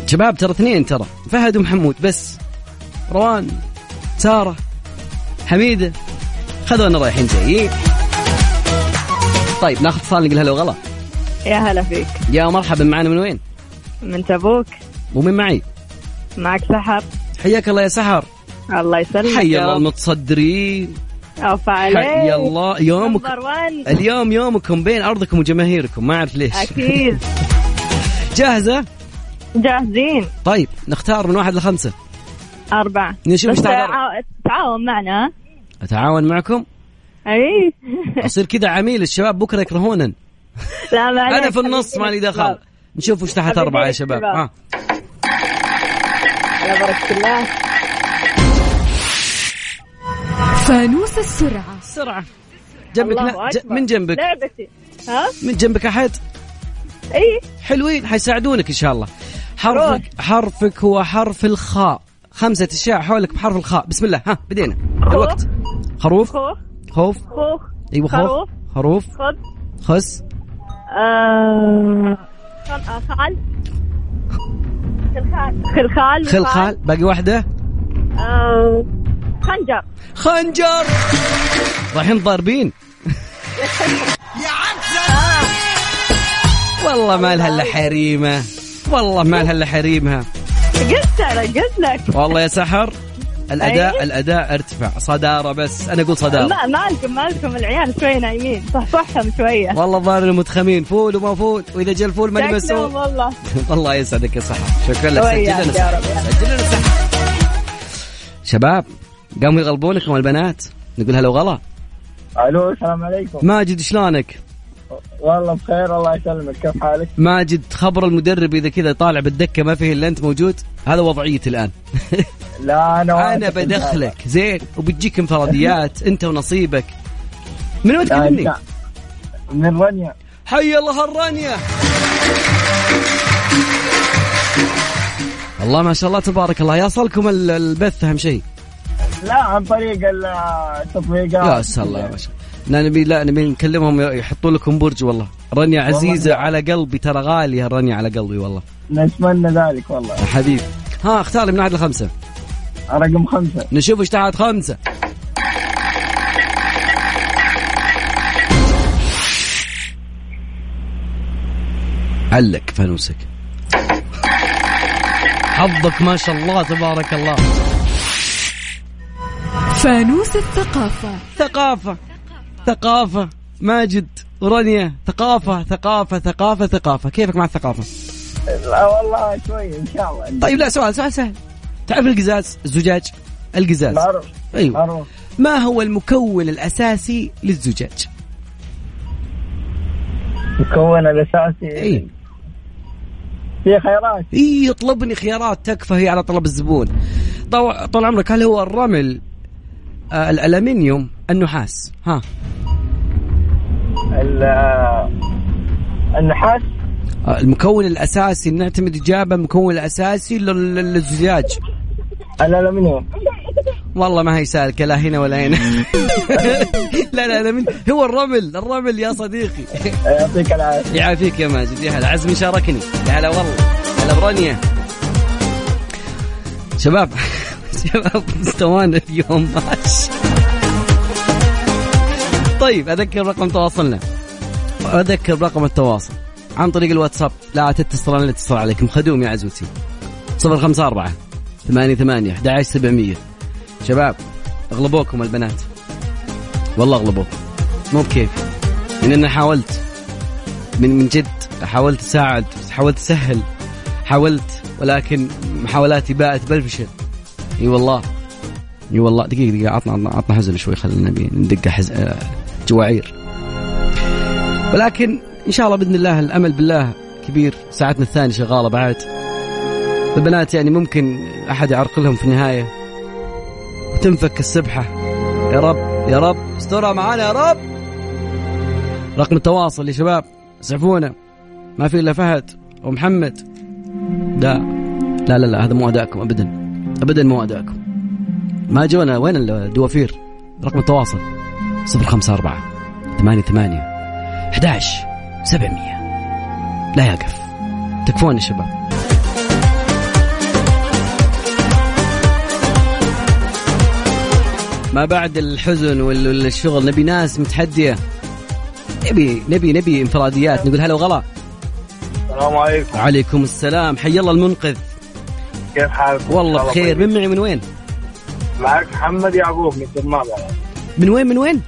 Speaker 3: شباب ترى اثنين ترى فهد ومحمود بس روان سارة حميدة خذونا رايحين جايين طيب ناخذ اتصال نقول هلا وغلا
Speaker 6: يا هلا فيك
Speaker 3: يا مرحبا معنا من وين؟
Speaker 6: من تبوك
Speaker 3: ومين معي؟
Speaker 6: معك سحر
Speaker 3: حياك الله يا سحر
Speaker 6: الله يسلمك
Speaker 3: حيا الله المتصدرين
Speaker 6: اوفى عليك
Speaker 3: حيا الله يومك
Speaker 6: نمبر 1
Speaker 3: اليوم يومكم بين ارضكم وجماهيركم ما اعرف ليش
Speaker 6: اكيد
Speaker 3: [LAUGHS] جاهزه
Speaker 6: جاهزين
Speaker 3: طيب نختار من واحد لخمسه
Speaker 6: أربعة
Speaker 3: نشوف
Speaker 6: بس
Speaker 3: إيش تعال-
Speaker 6: تعا- تعاون معنا ها؟
Speaker 3: اتعاون معكم
Speaker 6: اي
Speaker 3: اصير كذا عميل الشباب بكره
Speaker 6: [LAUGHS]
Speaker 3: يكرهونا
Speaker 6: لا ما
Speaker 3: انا
Speaker 6: عليك.
Speaker 3: في النص مالي دخل نشوف وش تحت
Speaker 6: حبيبي
Speaker 3: اربعه يا
Speaker 6: لك
Speaker 3: شباب
Speaker 6: شباب.
Speaker 3: آه. ها
Speaker 6: يا بركة الله
Speaker 4: فانوس السرعة
Speaker 3: بسرعه جنبك
Speaker 6: الله
Speaker 3: نا- ج-
Speaker 6: أكبر.
Speaker 3: من جنبك
Speaker 6: لعبتي ها
Speaker 3: من جنبك احد
Speaker 6: اي
Speaker 3: حلوين حيساعدونك ان شاء الله حرفك حرفك هو حرف الخاء خمسة أشياء حولك بحرف الخاء بسم الله ها بدينا الوقت خروف
Speaker 6: خوخ
Speaker 3: خوف
Speaker 6: خوخ
Speaker 3: أيوة خوف
Speaker 6: خروف.
Speaker 3: خروف
Speaker 6: خذ
Speaker 3: خس
Speaker 6: آه، خال خلخال خلخال
Speaker 3: خلخال باقي واحدة
Speaker 6: آه، خنجر
Speaker 3: خنجر رايحين ضاربين والله ما لها الا حريمه والله ما لها الا حريمها
Speaker 6: قلت انا قلت لك
Speaker 3: والله يا سحر الاداء الاداء ارتفع صداره بس انا اقول صداره
Speaker 6: ما مالكم مالكم العيال شوي نايمين صحصحهم شويه
Speaker 3: والله الظاهر انهم متخمين فول وما فول واذا جاء الفول ماني
Speaker 6: شكلهم
Speaker 3: مسؤول
Speaker 6: والله
Speaker 3: الله يسعدك يا سحر شكرا لك
Speaker 7: طيب.
Speaker 3: سجل لنا
Speaker 6: وياك يا
Speaker 3: سحر.
Speaker 6: رب.
Speaker 3: سجل لنا سحر شباب قاموا يغلبونكم البنات نقول هلا وغلا
Speaker 9: الو السلام عليكم
Speaker 3: ماجد شلونك؟
Speaker 9: والله بخير الله يسلمك كيف حالك؟
Speaker 3: ماجد خبر المدرب اذا كذا طالع بالدكه ما فيه الا انت موجود هذا وضعيتي الان [LAUGHS]
Speaker 9: لا انا
Speaker 3: انا بدخلك زين وبتجيك
Speaker 9: [LAUGHS]
Speaker 3: انفراديات انت ونصيبك من وين
Speaker 9: يعني
Speaker 3: تكلمني؟
Speaker 9: من رنيا
Speaker 3: حي الله الرانيا الله ما شاء الله تبارك الله يصلكم ال- البث اهم شيء
Speaker 9: لا عن طريق التطبيقات
Speaker 3: يا سلام ما شاء الله لا نبي لا نبي نكلمهم يحطوا لكم برج والله رانيا عزيزه على قلبي ترى غاليه رانيا على قلبي والله
Speaker 9: نتمنى ذلك والله
Speaker 3: يا حبيبي ها اختار لي من واحد لخمسه
Speaker 9: رقم خمسة
Speaker 3: نشوف ايش تحت خمسة علق فانوسك حظك ما شاء الله تبارك الله
Speaker 4: فانوس الثقافة
Speaker 3: ثقافة ثقافة ماجد ورانيا ثقافة ثقافة ثقافة ثقافة كيفك مع الثقافة؟
Speaker 9: لا والله شوي ان شاء الله
Speaker 3: طيب لا سؤال سؤال سهل تعرف القزاز الزجاج القزاز
Speaker 9: معروف
Speaker 3: ايوه
Speaker 9: معروف
Speaker 3: ما هو المكون الأساسي للزجاج؟
Speaker 9: مكون الاساسي
Speaker 3: اي
Speaker 9: في خيرات
Speaker 3: اي يطلبني خيارات تكفى هي على طلب الزبون طو- طول عمرك هل هو الرمل آه الالمنيوم النحاس ها
Speaker 9: ال- آه، النحاس
Speaker 3: آه المكون الاساسي نعتمد اجابه المكون الاساسي لل- لل- للزجاج
Speaker 9: الالمنيوم
Speaker 3: والله ما هي سالكه لا هنا ولا هنا [LAUGHS] لا لا لا من هو الرمل الرمل يا صديقي
Speaker 9: يعطيك العافيه
Speaker 3: يعافيك يا ماجد يا هلا عزمي شاركني يا هلا والله هلا برانيا شباب [LAUGHS] شباب مستوانا اليوم ماشي طيب اذكر رقم تواصلنا اذكر رقم التواصل عن طريق الواتساب لا تتصل انا اللي اتصل عليكم خدوم يا عزوتي 054 88 11700 شباب اغلبوكم البنات والله اغلبوكم مو بكيفي من اني حاولت من من جد حاولت اساعد حاولت اسهل حاولت ولكن محاولاتي باءت بالفشل اي والله اي والله دقيقه دقيقه عطنا عطنا, عطنا حزن شوي خلينا نبي ندق حز... آه، جواعير ولكن ان شاء الله باذن الله الامل بالله كبير ساعتنا الثانيه شغاله بعد البنات يعني ممكن احد يعرقلهم في النهايه وتنفك السبحه يا رب يا رب استرها معانا يا رب رقم التواصل يا شباب اسعفونا ما في الا فهد ومحمد لا لا لا لا هذا مو ادائكم ابدا ابدا مو ادائكم ما جونا وين الدوافير رقم التواصل 054 88 11 700 لا يقف تكفون يا شباب ما بعد الحزن وال- والشغل نبي ناس متحديه نبي نبي نبي انفراديات نقول هلا وغلا
Speaker 9: السلام عليكم
Speaker 3: عليكم السلام حي الله المنقذ
Speaker 9: كيف حالك؟
Speaker 3: والله بخير
Speaker 9: طيب.
Speaker 3: من معي من وين
Speaker 9: معك محمد يعقوب من الدمام والله.
Speaker 3: من وين من وين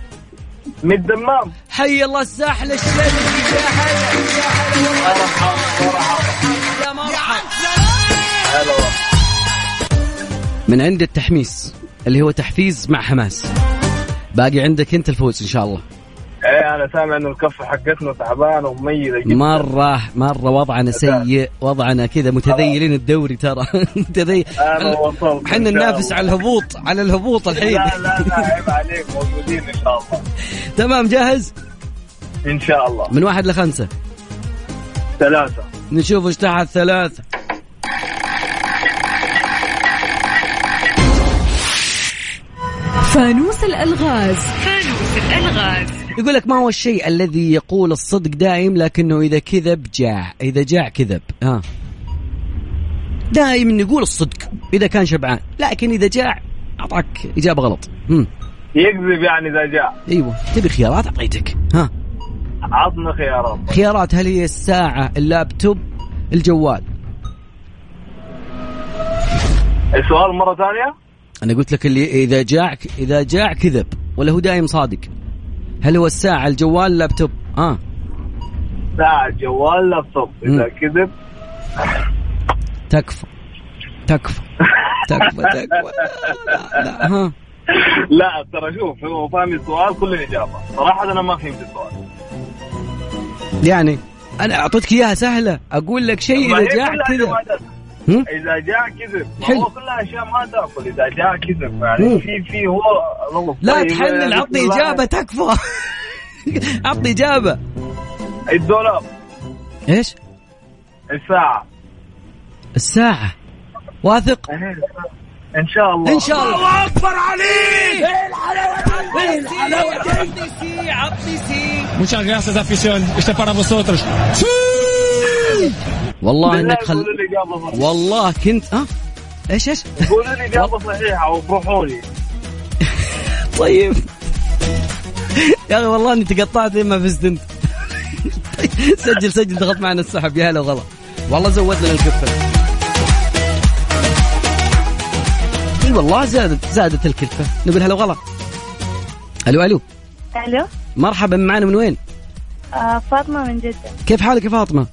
Speaker 9: من الدمام
Speaker 3: حي الله الساحل الشباب يا حي يا حي والله يا مرحبا
Speaker 9: هلا والله.
Speaker 3: من عند التحميس اللي هو تحفيز مع حماس باقي عندك انت الفوز ان شاء الله
Speaker 9: ايه انا سامع انه الكفه حقتنا تعبانه ومميزه جدا
Speaker 3: مره مره وضعنا سيء وضعنا كذا متذيلين الدوري ترى [LAUGHS] متذيل
Speaker 9: انا وصلت
Speaker 3: احنا
Speaker 9: إن شاء
Speaker 3: ننافس
Speaker 9: الله.
Speaker 3: على الهبوط على الهبوط الحين
Speaker 9: لا لا لا عيب عليك موجودين ان شاء الله
Speaker 3: تمام جاهز
Speaker 9: ان شاء الله
Speaker 3: من واحد لخمسه
Speaker 9: ثلاثه
Speaker 3: نشوف ايش تحت ثلاثة
Speaker 4: فانوس الألغاز
Speaker 3: يقول لك ما هو الشيء الذي يقول الصدق دائم لكنه إذا كذب جاع إذا جاع كذب ها دائما يقول الصدق إذا كان شبعان لكن إذا جاع أعطاك إجابة غلط مم.
Speaker 9: يكذب يعني اذا جاء
Speaker 3: أيوة تبي خيارات أعطيتك ها
Speaker 9: عطنا خيارات
Speaker 3: خيارات هل هي الساعة اللابتوب الجوال
Speaker 9: السؤال مره ثانيه
Speaker 3: أنا قلت لك اللي إذا جاع إذا جاع كذب ولا هو دائم صادق هل هو الساعة الجوال اللابتوب ها
Speaker 9: ساعه جوال لابتوب اذا
Speaker 3: مم.
Speaker 9: كذب
Speaker 3: تكفى تكفى تكفى تكفى لا لا ها
Speaker 9: لا ترى شوف هو فاهم السؤال كل الاجابه صراحه انا ما فهمت السؤال
Speaker 3: يعني انا اعطيتك اياها سهله اقول لك شيء
Speaker 9: ما هي
Speaker 3: اذا جاع
Speaker 9: كلها
Speaker 3: كذا
Speaker 9: إجابات.
Speaker 3: هم؟
Speaker 9: اذا جاء كذب ما
Speaker 3: حلو.
Speaker 9: هو كلها اشياء ما تاكل اذا جاء كذب
Speaker 3: مم.
Speaker 9: يعني في في هو لغط.
Speaker 3: لا
Speaker 9: طيب،
Speaker 3: تحلل
Speaker 9: يعني
Speaker 3: عطني
Speaker 9: الله-
Speaker 3: اجابه تكفى [LAUGHS] عطني اجابه
Speaker 9: الدولاب
Speaker 3: ايش
Speaker 9: الساعه
Speaker 3: الساعه واثق
Speaker 9: ان شاء الله
Speaker 3: ان شاء الله الله اكبر عليك ايه إيه، الحلاوه دي عطني سي عطني سي
Speaker 2: Muchas gracias, afición. Este para vosotros.
Speaker 3: والله
Speaker 9: بالله
Speaker 3: انك خل
Speaker 9: قولوا لي اجابه صحيحه
Speaker 3: والله كنت ها ايش ايش
Speaker 9: قولوا لي اجابه صحيحه وافرحوا لي
Speaker 3: طيب يا اخي والله اني تقطعت لما فزت انت طيب، سجل سجل ضغط معنا السحب يا هلا وغلا والله زود لنا الكفه اي أيوة، والله زادت زادت الكلفه نقول هلا وغلا الو الو
Speaker 7: الو
Speaker 3: مرحبا معنا من وين؟
Speaker 7: آه فاطمه من جده
Speaker 3: كيف حالك يا فاطمه؟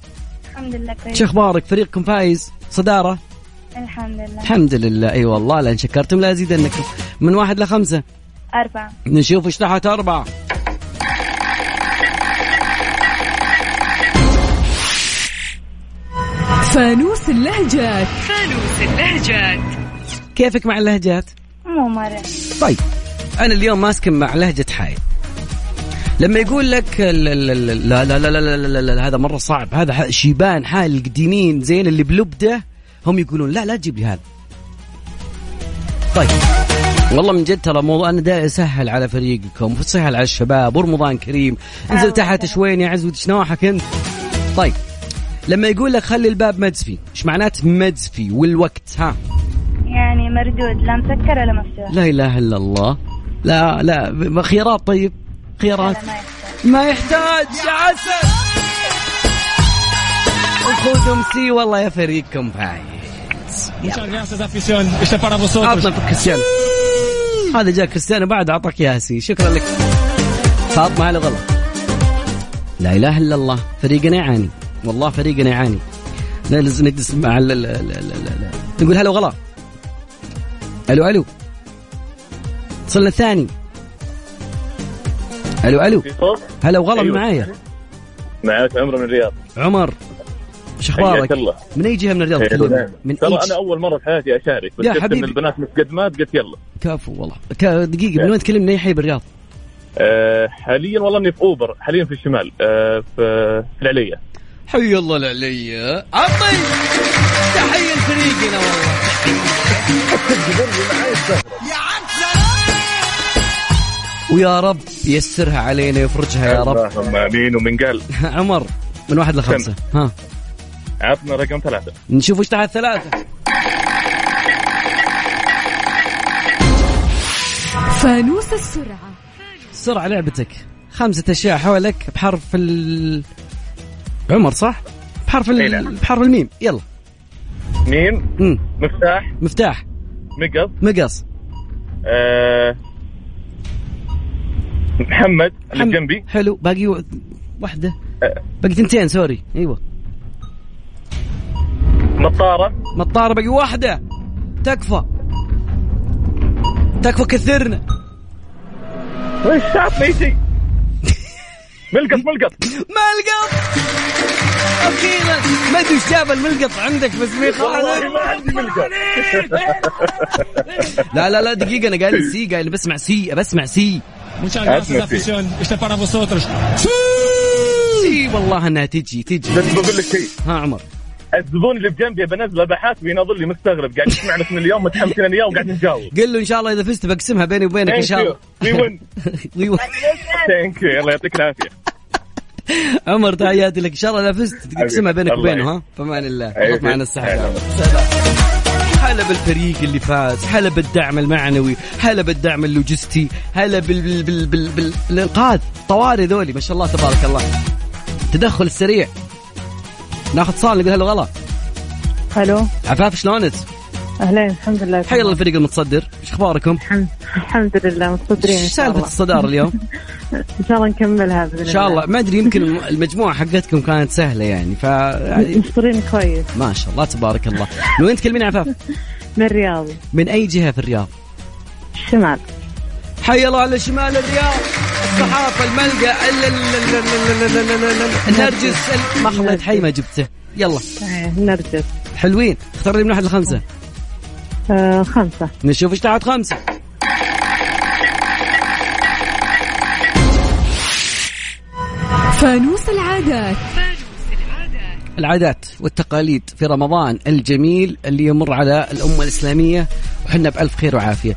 Speaker 7: الحمد لله
Speaker 3: شو
Speaker 7: كويس
Speaker 3: اخبارك؟ فريقكم فايز صداره؟
Speaker 7: الحمد لله
Speaker 3: الحمد لله اي والله لان شكرتم لا ازيدنكم من واحد لخمسه
Speaker 7: اربعه
Speaker 3: نشوف ايش تحت أربعة
Speaker 4: فانوس اللهجات
Speaker 3: كيفك مع اللهجات؟
Speaker 7: مو مره
Speaker 3: طيب انا اليوم ماسكن مع لهجه حايل لما يقول لك ال- ال- ال- لا لا لا لا لا, لا, لا, لا هذا مره صعب هذا ح- شيبان حايل القديمين زين اللي بلبده هم يقولون لا لا تجيب لي هذا طيب والله من جد ترى موضوع انا دا اسهل على فريقكم وسهل على الشباب ورمضان كريم انزل تحت شوين يا عزوة ايش نوعك انت طيب لما يقول لك خلي الباب مدفي ايش معناته مدفي والوقت ها
Speaker 7: يعني مردود لا مسكر ولا مفتوح
Speaker 3: لا اله الا الله لا لا ب- خيارات طيب خيارات
Speaker 7: لا ما يحتاج
Speaker 3: ما يحتاج يا عسل وخذهم سي والله يا فريقكم فايز
Speaker 2: Muchas gracias, afición. Este para vosotros.
Speaker 3: عطنا في كريستيانو هذا جاء كريستيانو بعد اعطاك يا سي شكرا لك فاطمه على غلط لا اله الا الله فريقنا يعاني والله فريقنا يعاني نجلس نجلس مع ال- ال- ال- ال- ال- ال- نقول هلا وغلا الو الو صلنا الثاني الو الو هلا وغلا أيوة.
Speaker 8: أيوة.
Speaker 3: معايا
Speaker 8: معك عمر من الرياض
Speaker 3: عمر ايش
Speaker 8: حياك
Speaker 3: اخبارك؟
Speaker 8: الله.
Speaker 3: من اي جهه من الرياض كلمني من
Speaker 8: ترى
Speaker 3: اي
Speaker 8: انا اول مره في حياتي اشارك بس
Speaker 3: يا
Speaker 8: شفت
Speaker 3: حبيبي.
Speaker 8: ان البنات متقدمات قلت يلا
Speaker 3: كفو والله ك- دقيقه من وين تكلمني يا حي بالرياض؟
Speaker 8: أه حاليا والله اني في اوبر حاليا في الشمال أه في في العليه
Speaker 3: حي الله العليا عطي تحية لفريقنا والله ويا رب يسرها علينا يفرجها يا رب
Speaker 8: اللهم امين ومن قال
Speaker 3: عمر من واحد لخمسة ها
Speaker 8: عطنا رقم ثلاثه
Speaker 3: نشوف ايش تحت ثلاثة
Speaker 4: فانوس السرعة
Speaker 3: سرعة لعبتك خمسة أشياء حولك بحرف ال عمر صح؟ بحرف
Speaker 8: إي
Speaker 3: ال...
Speaker 8: نعم.
Speaker 3: بحرف الميم يلا
Speaker 8: ميم
Speaker 3: مم.
Speaker 8: مفتاح
Speaker 3: مفتاح
Speaker 8: مقص
Speaker 3: مقص
Speaker 8: آه، محمد اللي
Speaker 3: حم-
Speaker 8: جنبي
Speaker 3: حلو باقي و... واحدة
Speaker 8: آه،
Speaker 3: باقي تنتين سوري ايوه
Speaker 8: نطاره
Speaker 3: مطارة باقي واحدة تكفى تكفى كثرنا
Speaker 8: وش تعرف اي
Speaker 3: [LAUGHS]
Speaker 8: شيء ملقط ملقط
Speaker 3: ملقط اخيرا ما ادري ايش جاب الملقط عندك بس في
Speaker 8: والله
Speaker 3: خالد
Speaker 8: ما عندي ملقط
Speaker 3: [LAUGHS] لا لا لا دقيقة انا قايل سي قايل بسمع سي بسمع سي
Speaker 2: Muchas gracias,
Speaker 8: Hazme así.
Speaker 2: afición. Este es para vosotros.
Speaker 3: سي والله انها تجي تجي
Speaker 8: بس بقول لك شيء
Speaker 3: ها عمر
Speaker 8: الزبون اللي بجنبي بنزله بحاسب يناظر لي مستغرب قاعد يسمعنا من اليوم متحمسين انا وياه وقاعد نجاوب
Speaker 3: قل له ان شاء الله اذا فزت بقسمها بيني وبينك ان شاء أيوة. الله
Speaker 8: وي وين
Speaker 3: [LAUGHS] وي- وي.
Speaker 8: ثانك يو الله يعطيك العافيه
Speaker 3: عمر تحياتي لك ان شاء الله اذا فزت تقسمها بينك
Speaker 8: الله
Speaker 3: وبينه ها
Speaker 8: يعين.
Speaker 3: فمان الله
Speaker 8: أيوة.
Speaker 3: خلط معنا السحب
Speaker 8: أيوة.
Speaker 3: سلام. هلا بالفريق اللي فاز هلا بالدعم المعنوي هلا بالدعم اللوجستي هلا بال بال بال بال بال بالانقاذ طوارئ ذولي ما شاء الله تبارك الله التدخل السريع ناخذ اتصال نقول هلا غلا
Speaker 7: الو
Speaker 3: عفاف شلونك؟
Speaker 7: اهلين الحمد لله
Speaker 3: حيا الله الفريق المتصدر ايش اخباركم؟
Speaker 7: الحمد, الحمد لله متصدرين ان
Speaker 3: ايش
Speaker 7: شاء
Speaker 3: سالفه
Speaker 7: الله
Speaker 3: الصداره اليوم؟
Speaker 7: ان شاء الله نكملها باذن الله
Speaker 3: ان شاء الله ما ادري يمكن الم- المجموعه حقتكم كانت سهله يعني ف يعني
Speaker 7: متصدرين كويس
Speaker 3: ما شاء الله تبارك الله من وين تكلمين عفاف؟
Speaker 7: من الرياض
Speaker 3: من اي جهه في الرياض؟
Speaker 7: الشمال
Speaker 3: حي الله على شمال الرياض الصحافة الملقى ال- ال- ال- ال- ال- ال- ال- ال- ال- النرجس ال- ما خليت حي ما جبته يلا
Speaker 7: إيه، نرجس
Speaker 3: حلوين اختار لي من واحد لخمسة
Speaker 7: آه خمسة
Speaker 3: نشوف ايش تحت خمسة
Speaker 4: فانوس العادات
Speaker 3: العادات والتقاليد في رمضان الجميل اللي يمر على الأمة الإسلامية وحنا بألف خير وعافية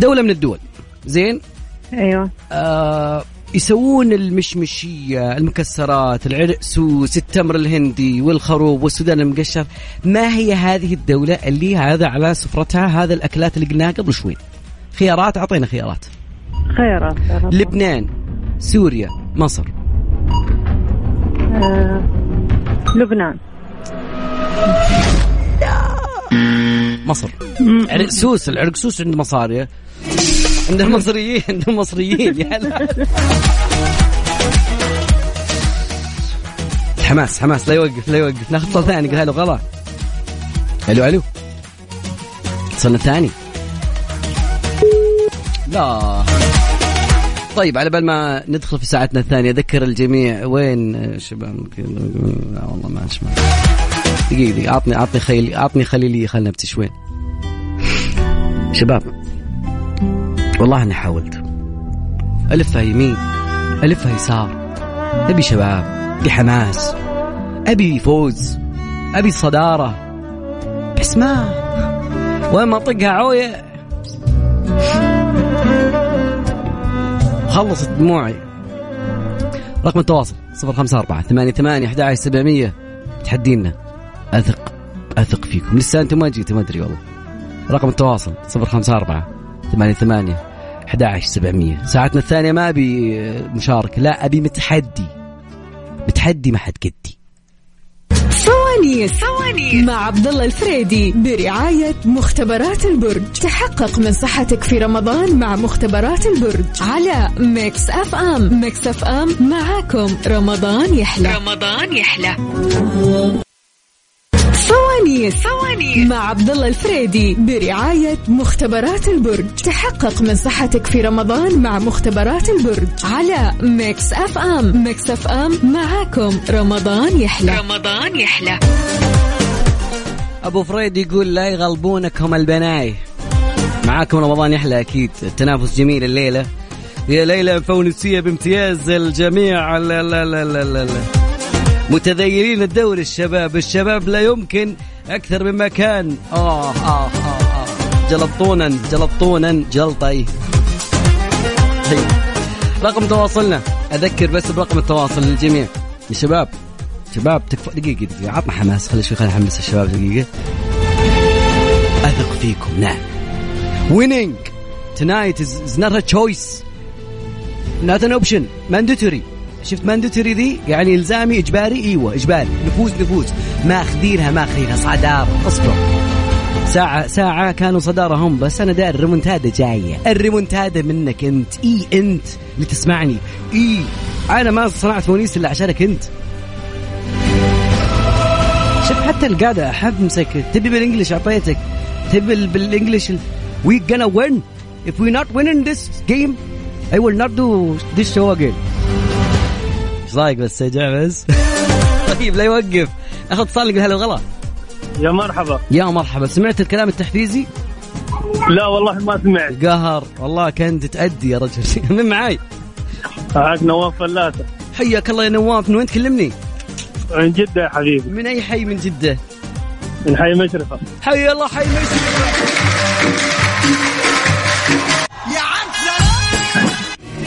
Speaker 3: دولة من الدول زين [LAUGHS]
Speaker 7: ايوه
Speaker 3: آه يسوون المشمشية المكسرات العرقسوس التمر الهندي والخروب والسودان المقشر ما هي هذه الدولة اللي هذا على سفرتها هذا الأكلات اللي قلناها قبل شوي خيارات أعطينا خيارات
Speaker 7: خيرات يا رب.
Speaker 3: لبنان سوريا مصر
Speaker 7: آه لبنان
Speaker 3: مصر عرقسوس العرقسوس عنده مصاري عند المصريين عند المصريين يا هلا. حماس حماس لا يوقف لا يوقف ناخذ اتصال ثاني قال الو غلا الو الو اتصلنا ثاني لا طيب على بال ما ندخل في ساعتنا الثانية أذكر الجميع وين شباب لا والله ما أشمل دقيقة دقيقة أعطني أعطني خيلي أعطني خليلي خلنا نبتش وين شباب والله أنا حاولت ألفها يمين ألفها يسار أبي شباب أبي حماس أبي فوز أبي صدارة بس ما وين ما أطقها عوية خلصت دموعي رقم التواصل 054 88 11700 تحدينا اثق اثق فيكم لسه انتم ما جيتوا ما ادري والله رقم التواصل 054 88 11700 ساعتنا الثانيه ما ابي مشاركه لا ابي متحدي متحدي ما حد قدي
Speaker 4: فوانيس فوانيس مع عبد الله الفريدي برعاية مختبرات البرج تحقق من صحتك في رمضان مع مختبرات البرج على ميكس اف ام ميكس اف ام معاكم رمضان يحلى رمضان يحلى فوانيس فوانيس مع عبد الله الفريدي برعاية مختبرات البرج تحقق من صحتك في رمضان مع مختبرات البرج على ميكس اف ام ميكس اف ام معاكم رمضان يحلى رمضان يحلى
Speaker 3: ابو فريد يقول لا يغلبونكم البناي معاكم رمضان يحلى اكيد التنافس جميل الليله يا ليله فونسيه بامتياز الجميع لا لا لا لا لا, لا. متذيلين الدوري الشباب الشباب لا يمكن اكثر مما كان اه اه اه, آه. جلطونا جلطونا جلطي طيب. رقم تواصلنا اذكر بس برقم التواصل للجميع يا شباب شباب تكفى دقيقه دقيقه عطنا حماس خلي شوي خلينا نحمس الشباب دقيقه اثق فيكم نعم وينينج tonight is, is not a choice not an option mandatory شفت ماندتوري ذي يعني الزامي اجباري ايوه اجباري نفوز نفوز ماخذينها ماخذينها صداره اصبر ساعة ساعة كانوا صدارة هم بس أنا داري الريمونتادا جاية الريمونتادا منك أنت إي أنت اللي تسمعني إي أنا ما صنعت فوانيس إلا عشانك أنت شوف حتى القادة أحب مسك تبي بالإنجليش أعطيتك تبي بال- بالإنجليش وي gonna win if we not win in this game I will not do this show again ايش رايك بس يا جعبس؟ [LAUGHS] طيب لا يوقف اخذ اتصال نقول هلا وغلا
Speaker 9: يا مرحبا
Speaker 3: يا مرحبا سمعت الكلام التحفيزي
Speaker 9: لا والله ما سمعت
Speaker 3: قهر والله كنت تأدي يا رجل [LAUGHS] من معاي
Speaker 9: عاد نواف فلاتة
Speaker 3: حياك الله يا نواف من وين تكلمني
Speaker 9: من جدة يا حبيبي
Speaker 3: من اي حي من جده
Speaker 9: من حي مشرفة
Speaker 3: حي الله حي ميسي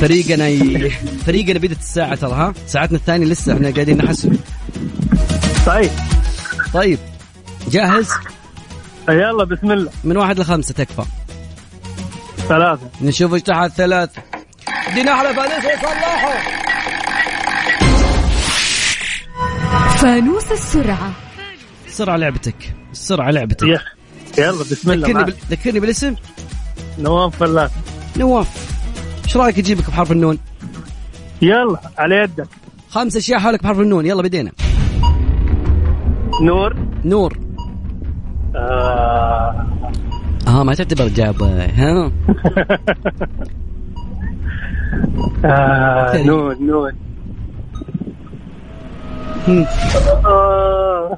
Speaker 3: فريقنا ي... فريقنا بدت الساعة ترى ها ساعتنا الثانية لسه احنا قاعدين نحسب
Speaker 9: صحيح
Speaker 3: طيب جاهز
Speaker 9: يلا بسم الله
Speaker 3: من واحد لخمسة تكفى
Speaker 9: ثلاثة
Speaker 3: نشوف ايش تحت ثلاث دي نحلة فانيس وصلاحه
Speaker 4: فانوس السرعة
Speaker 3: السرعة لعبتك السرعة لعبتك
Speaker 9: يا- يلا بسم الله
Speaker 3: ذكرني
Speaker 9: معك.
Speaker 3: بال... ذكرني بالاسم
Speaker 9: نواف فلاتة
Speaker 3: نواف ايش رايك اجيبك بحرف النون
Speaker 9: يلا على يدك
Speaker 3: خمس اشياء حولك بحرف النون يلا بدينا
Speaker 9: نور
Speaker 3: نور
Speaker 9: آه.
Speaker 3: اه ما تعتبر اجابه ها
Speaker 9: آه.
Speaker 3: سريع.
Speaker 9: نور نور
Speaker 3: هم.
Speaker 9: آه.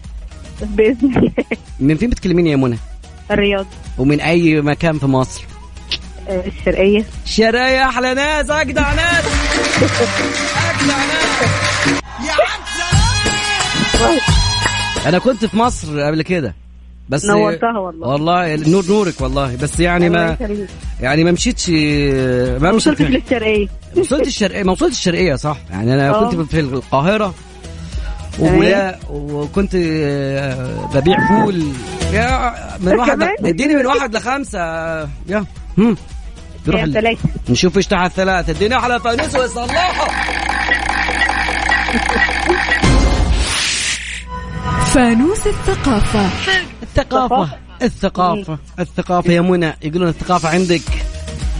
Speaker 6: باذن الله [LAUGHS]
Speaker 3: من فين بتكلميني يا منى
Speaker 6: الرياض
Speaker 3: ومن اي مكان في مصر
Speaker 6: آه، الشرقيه
Speaker 3: شرايا احلى ناس اجدع ناس اجدع ناس انا كنت في مصر قبل كده بس
Speaker 6: نورتها والله.
Speaker 3: والله نور نورك والله بس يعني
Speaker 6: الله
Speaker 3: ما
Speaker 6: يخليك.
Speaker 3: يعني ما مشيتش ما مشيت
Speaker 6: وصلت للشرقيه
Speaker 3: وصلت الشرقيه ما وصلت الشرقيه صح يعني انا
Speaker 6: آه. أيوة.
Speaker 3: كنت في القاهره
Speaker 6: تمام.
Speaker 3: ولا وكنت آه، ببيع فول يا من واحد
Speaker 6: كمان؟
Speaker 3: اديني من واحد لخمسه يا هم نروح
Speaker 6: يا
Speaker 3: ال-
Speaker 6: ثلاثه
Speaker 3: نشوف ايش تحت ثلاثة ادينا على فانوس وصلاحه
Speaker 4: فانوس الثقافة
Speaker 3: الثقافة الثقافة الثقافة يا منى يقولون الثقافة عندك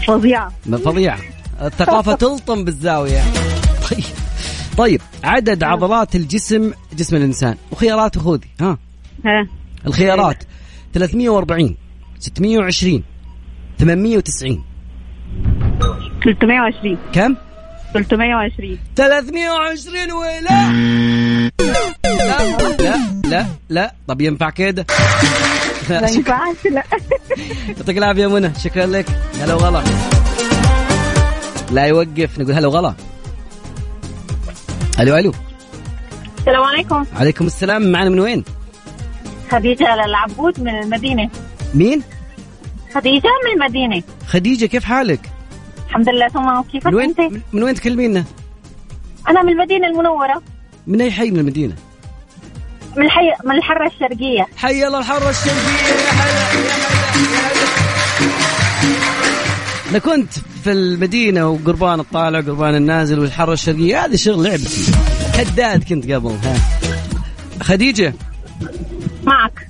Speaker 6: فظيعه
Speaker 3: فظيعة
Speaker 6: [LAUGHS]
Speaker 3: الثقافة تلطم بالزاوية طيب طيب
Speaker 6: آه.
Speaker 3: عدد عضلات الجسم جسم الإنسان وخيارات خذي ها
Speaker 6: ها
Speaker 3: الخيارات 340 620 890
Speaker 6: 320
Speaker 3: كم؟
Speaker 6: 320
Speaker 3: 320 ولا لا لا لا لا طب ينفع كده؟
Speaker 6: ما ينفعش لا
Speaker 3: يعطيك العافيه يا منى شكرا لك هلا وغلا لا يوقف نقول هلا وغلا الو الو
Speaker 7: السلام عليكم
Speaker 3: عليكم السلام معنا من وين
Speaker 7: خديجة العبود من المدينة
Speaker 3: مين
Speaker 7: خديجة من المدينة
Speaker 3: خديجه كيف حالك
Speaker 7: الحمد لله تمام وكيفك
Speaker 3: من وين
Speaker 7: أنت؟
Speaker 3: من وين تكلمينا
Speaker 7: أنا من المدينة المنورة
Speaker 3: من اي حي من المدينه
Speaker 7: من الحي من الحرة الشرقية
Speaker 3: حي الله الحاره الشرقيه يا هلا يا هلا يا هلا. انا كنت في المدينه وقربان الطالع قربان النازل والحاره الشرقيه هذا شغل لعبتي هداد كنت قبل ها خديجه
Speaker 7: معك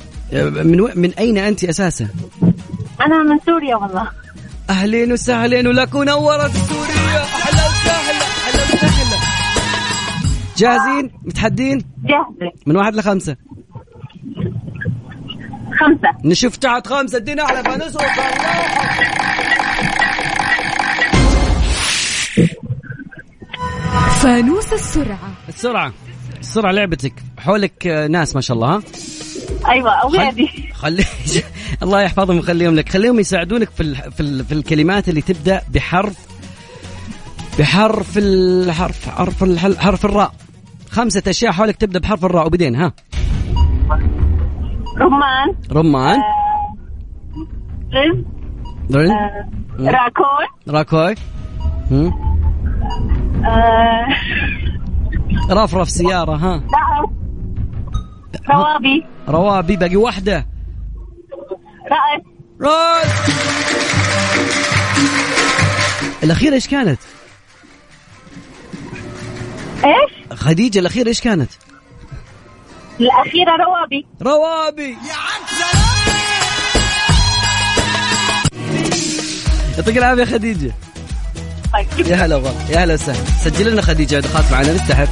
Speaker 3: من و... من اين انت اساسا؟
Speaker 7: أنا من سوريا والله
Speaker 3: اهلين وسهلين ولك ونورت سوريا اهلا وسهلا اهلا وسهلا جاهزين متحدين
Speaker 7: جاهزة
Speaker 3: من واحد لخمسة
Speaker 7: خمسة
Speaker 3: نشوف تحت خمسة ادينا على فانوس وصلاحة.
Speaker 4: فانوس السرعة
Speaker 3: السرعة السرعة لعبتك حولك آه، ناس ما شاء الله ها
Speaker 7: ايوه اولادي
Speaker 3: خلي [LAUGHS] الله يحفظهم ويخليهم لك خليهم يساعدونك في ال... في, ال... في الكلمات اللي تبدا بحرف بحرف الحرف حرف الحل... حرف الراء خمسة أشياء حولك تبدأ بحرف الراء وبعدين ها
Speaker 7: رمان
Speaker 3: رمان
Speaker 7: رز
Speaker 3: رز
Speaker 7: آه، راكون
Speaker 3: راكوي هم؟
Speaker 7: آه،
Speaker 3: رفرف سيارة ها
Speaker 7: دعم روابي
Speaker 3: روابي باقي واحدة
Speaker 7: رأس
Speaker 3: رز الأخيرة إيش كانت؟
Speaker 7: ايش؟
Speaker 3: خديجة الأخيرة إيش كانت؟
Speaker 7: الاخيره روابي
Speaker 3: روابي يعطيك العافية خديجة
Speaker 7: طيب.
Speaker 3: يا هلا والله يا هلا وسهلا سجل لنا خديجة إذا خاطر معنا نستحب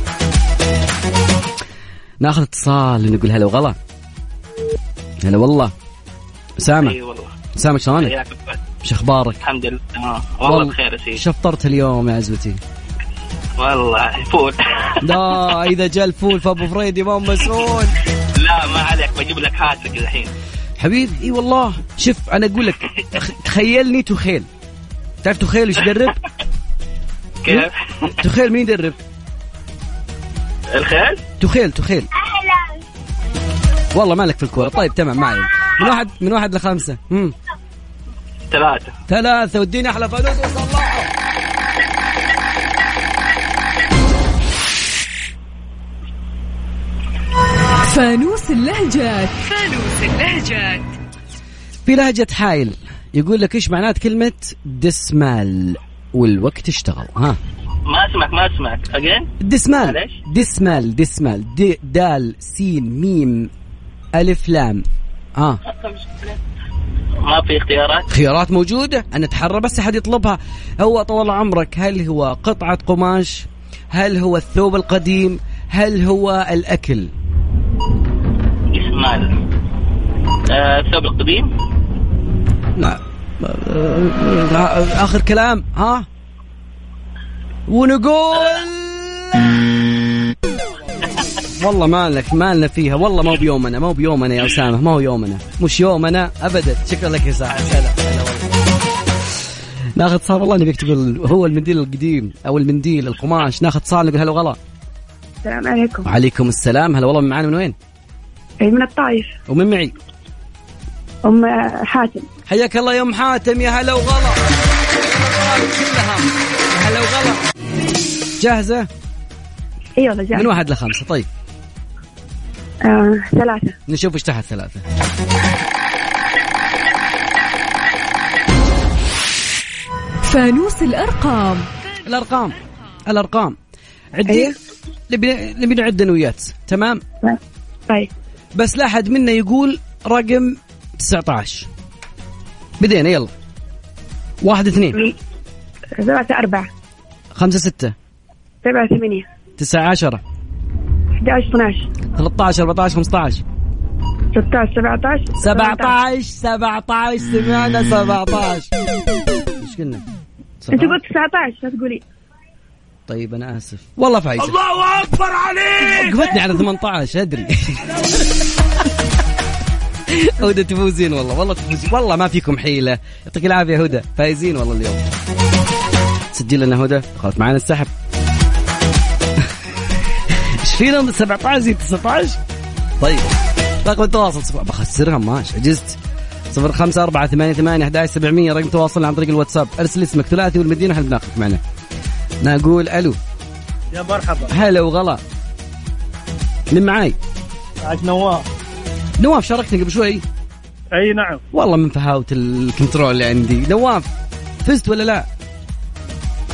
Speaker 3: ناخذ اتصال نقول هلا وغلا هلا والله أسامة
Speaker 10: اي والله
Speaker 3: أسامة شلونك؟
Speaker 10: أيوه. حياك
Speaker 3: شو أخبارك؟
Speaker 10: الحمد لله آه، والله بخير يا سيدي
Speaker 3: شفطرت اليوم يا عزوتي
Speaker 10: والله فول
Speaker 3: [LAUGHS]
Speaker 10: [LAUGHS]
Speaker 3: لا إذا جاء الفول فأبو فريدي ما مسؤول
Speaker 10: لا ما عليك بجيب لك هاتريك الحين
Speaker 3: حبيبي اي والله شوف انا اقول لك تخ- تخيلني تخيل تعرف تخيل ايش يدرب؟
Speaker 10: كيف؟
Speaker 9: [LAUGHS]
Speaker 3: تخيل مين يدرب؟
Speaker 10: الخيل؟
Speaker 3: تخيل تخيل والله مالك في الكوره طيب تمام ما عليك من واحد من واحد لخمسه امم
Speaker 10: ثلاثة
Speaker 3: ثلاثه وديني احلى فانوس وصلحه
Speaker 4: فانوس اللهجات فانوس اللهجات
Speaker 3: في لهجه حايل يقول لك ايش معنات كلمه دسمال والوقت اشتغل ها
Speaker 10: ما اسمعك ما اسمعك اجين؟
Speaker 3: دسمال
Speaker 10: معليش.
Speaker 3: دسمال دسمال دي دال سين ميم الف لام ها
Speaker 10: ما في اختيارات؟
Speaker 3: خيارات موجودة أنا أتحرى بس أحد يطلبها هو طول عمرك هل هو قطعة قماش هل هو الثوب القديم هل هو الأكل
Speaker 10: اسمال
Speaker 9: Ah,
Speaker 10: آه، الثوب القديم
Speaker 3: لا آه، آخر كلام ها ونقول والله ما لك ما لنا فيها والله ما هو بيومنا ما هو بيومنا يا أسامة ما هو يومنا مش يومنا أبدا شكرا لك يا سعد هلا هلا والله. ناخذ صار والله نبيك تقول هو المنديل القديم او المنديل القماش ناخذ صار نقول هلا وغلا
Speaker 7: السلام عليكم
Speaker 3: وعليكم السلام هلا والله من معانا من وين
Speaker 7: اي من الطائف
Speaker 3: ومن معي
Speaker 7: ام حاتم
Speaker 3: حياك الله يا ام حاتم يا هلا وغلا كلها هلا وغلا جاهزه
Speaker 7: اي والله
Speaker 3: من واحد لخمسه طيب
Speaker 7: آه، ثلاثه
Speaker 3: نشوف ايش تحت ثلاثة
Speaker 4: فانوس الارقام
Speaker 3: الأرقام الأرقام عدي
Speaker 4: أيوة.
Speaker 3: نبي نبي نعد أنا وياك تمام
Speaker 7: طيب
Speaker 3: بس لا أحد منا يقول رقم 19 بدينا يلا واحد اثنين
Speaker 7: ثلاثه اربعه
Speaker 3: خمسة ستة
Speaker 7: سبعه ثمانيه
Speaker 3: تسعة عشرة
Speaker 7: 11 12
Speaker 3: ثلاثة عشر أربعة عشر خمسة عشر
Speaker 7: 16 17
Speaker 3: 17 17 سمعنا 17 ايش قلنا؟
Speaker 7: انت قلت 19 لا تقولي
Speaker 3: طيب انا اسف والله فايزه
Speaker 7: الله اكبر عليك
Speaker 3: وقفتني على 18
Speaker 7: [LAUGHS]
Speaker 3: ادري هدى تفوزين والله والله تفوزين والله ما فيكم حيله يعطيك العافيه يا هدى فايزين والله اليوم سجل لنا هدى خلاص معانا السحب [LAUGHS] ايش فينا 17 زي 19 طيب رقم التواصل صفر بخسرها ماشي عجزت صفر خمسة أربعة ثمانية ثمانية أحد سبعمية رقم تواصل عن طريق الواتساب أرسل اسمك ثلاثي والمدينة احنا بناخذك معنا نقول ألو
Speaker 9: يا مرحبا
Speaker 3: هلا وغلا من معاي
Speaker 9: معك نواف
Speaker 3: نواف شاركتني قبل شوي
Speaker 9: اي نعم
Speaker 3: والله من فهاوة الكنترول اللي عندي نواف فزت ولا لا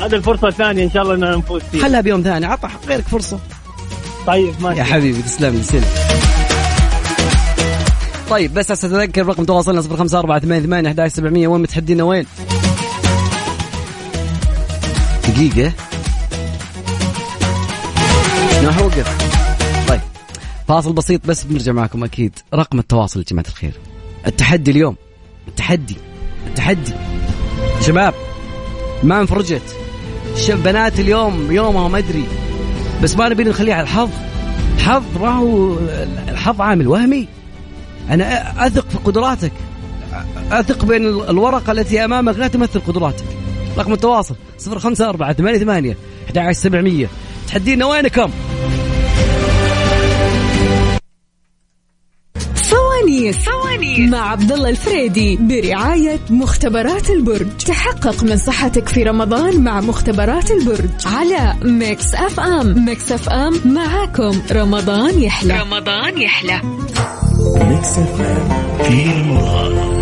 Speaker 9: هذه الفرصة الثانية ان شاء الله اننا نفوز فيها
Speaker 3: خلها بيوم ثاني عطى غيرك فرصة
Speaker 9: طيب ماشي
Speaker 3: يا حبيبي تسلم لي سلم طيب بس عشان اتذكر رقم تواصلنا 0548811700 وين متحدينا وين؟ دقيقة نوح وقف طيب فاصل بسيط بس بنرجع معكم اكيد رقم التواصل يا جماعة الخير التحدي اليوم التحدي التحدي شباب ما انفرجت شب بنات اليوم يومهم ادري بس ما نبي نخليه على الحظ الحظ ما هو الحظ عامل وهمي انا اثق في قدراتك اثق بان ال- الورقه التي امامك لا تمثل قدراتك رقم التواصل 054 88 11700 تحدينا وينكم
Speaker 4: فوانيس فوانيس مع عبد الله الفريدي برعاية مختبرات البرج تحقق من صحتك في رمضان مع مختبرات البرج على ميكس اف ام ميكس اف ام معاكم رمضان يحلى رمضان يحلى
Speaker 11: ميكس اف ام في رمضان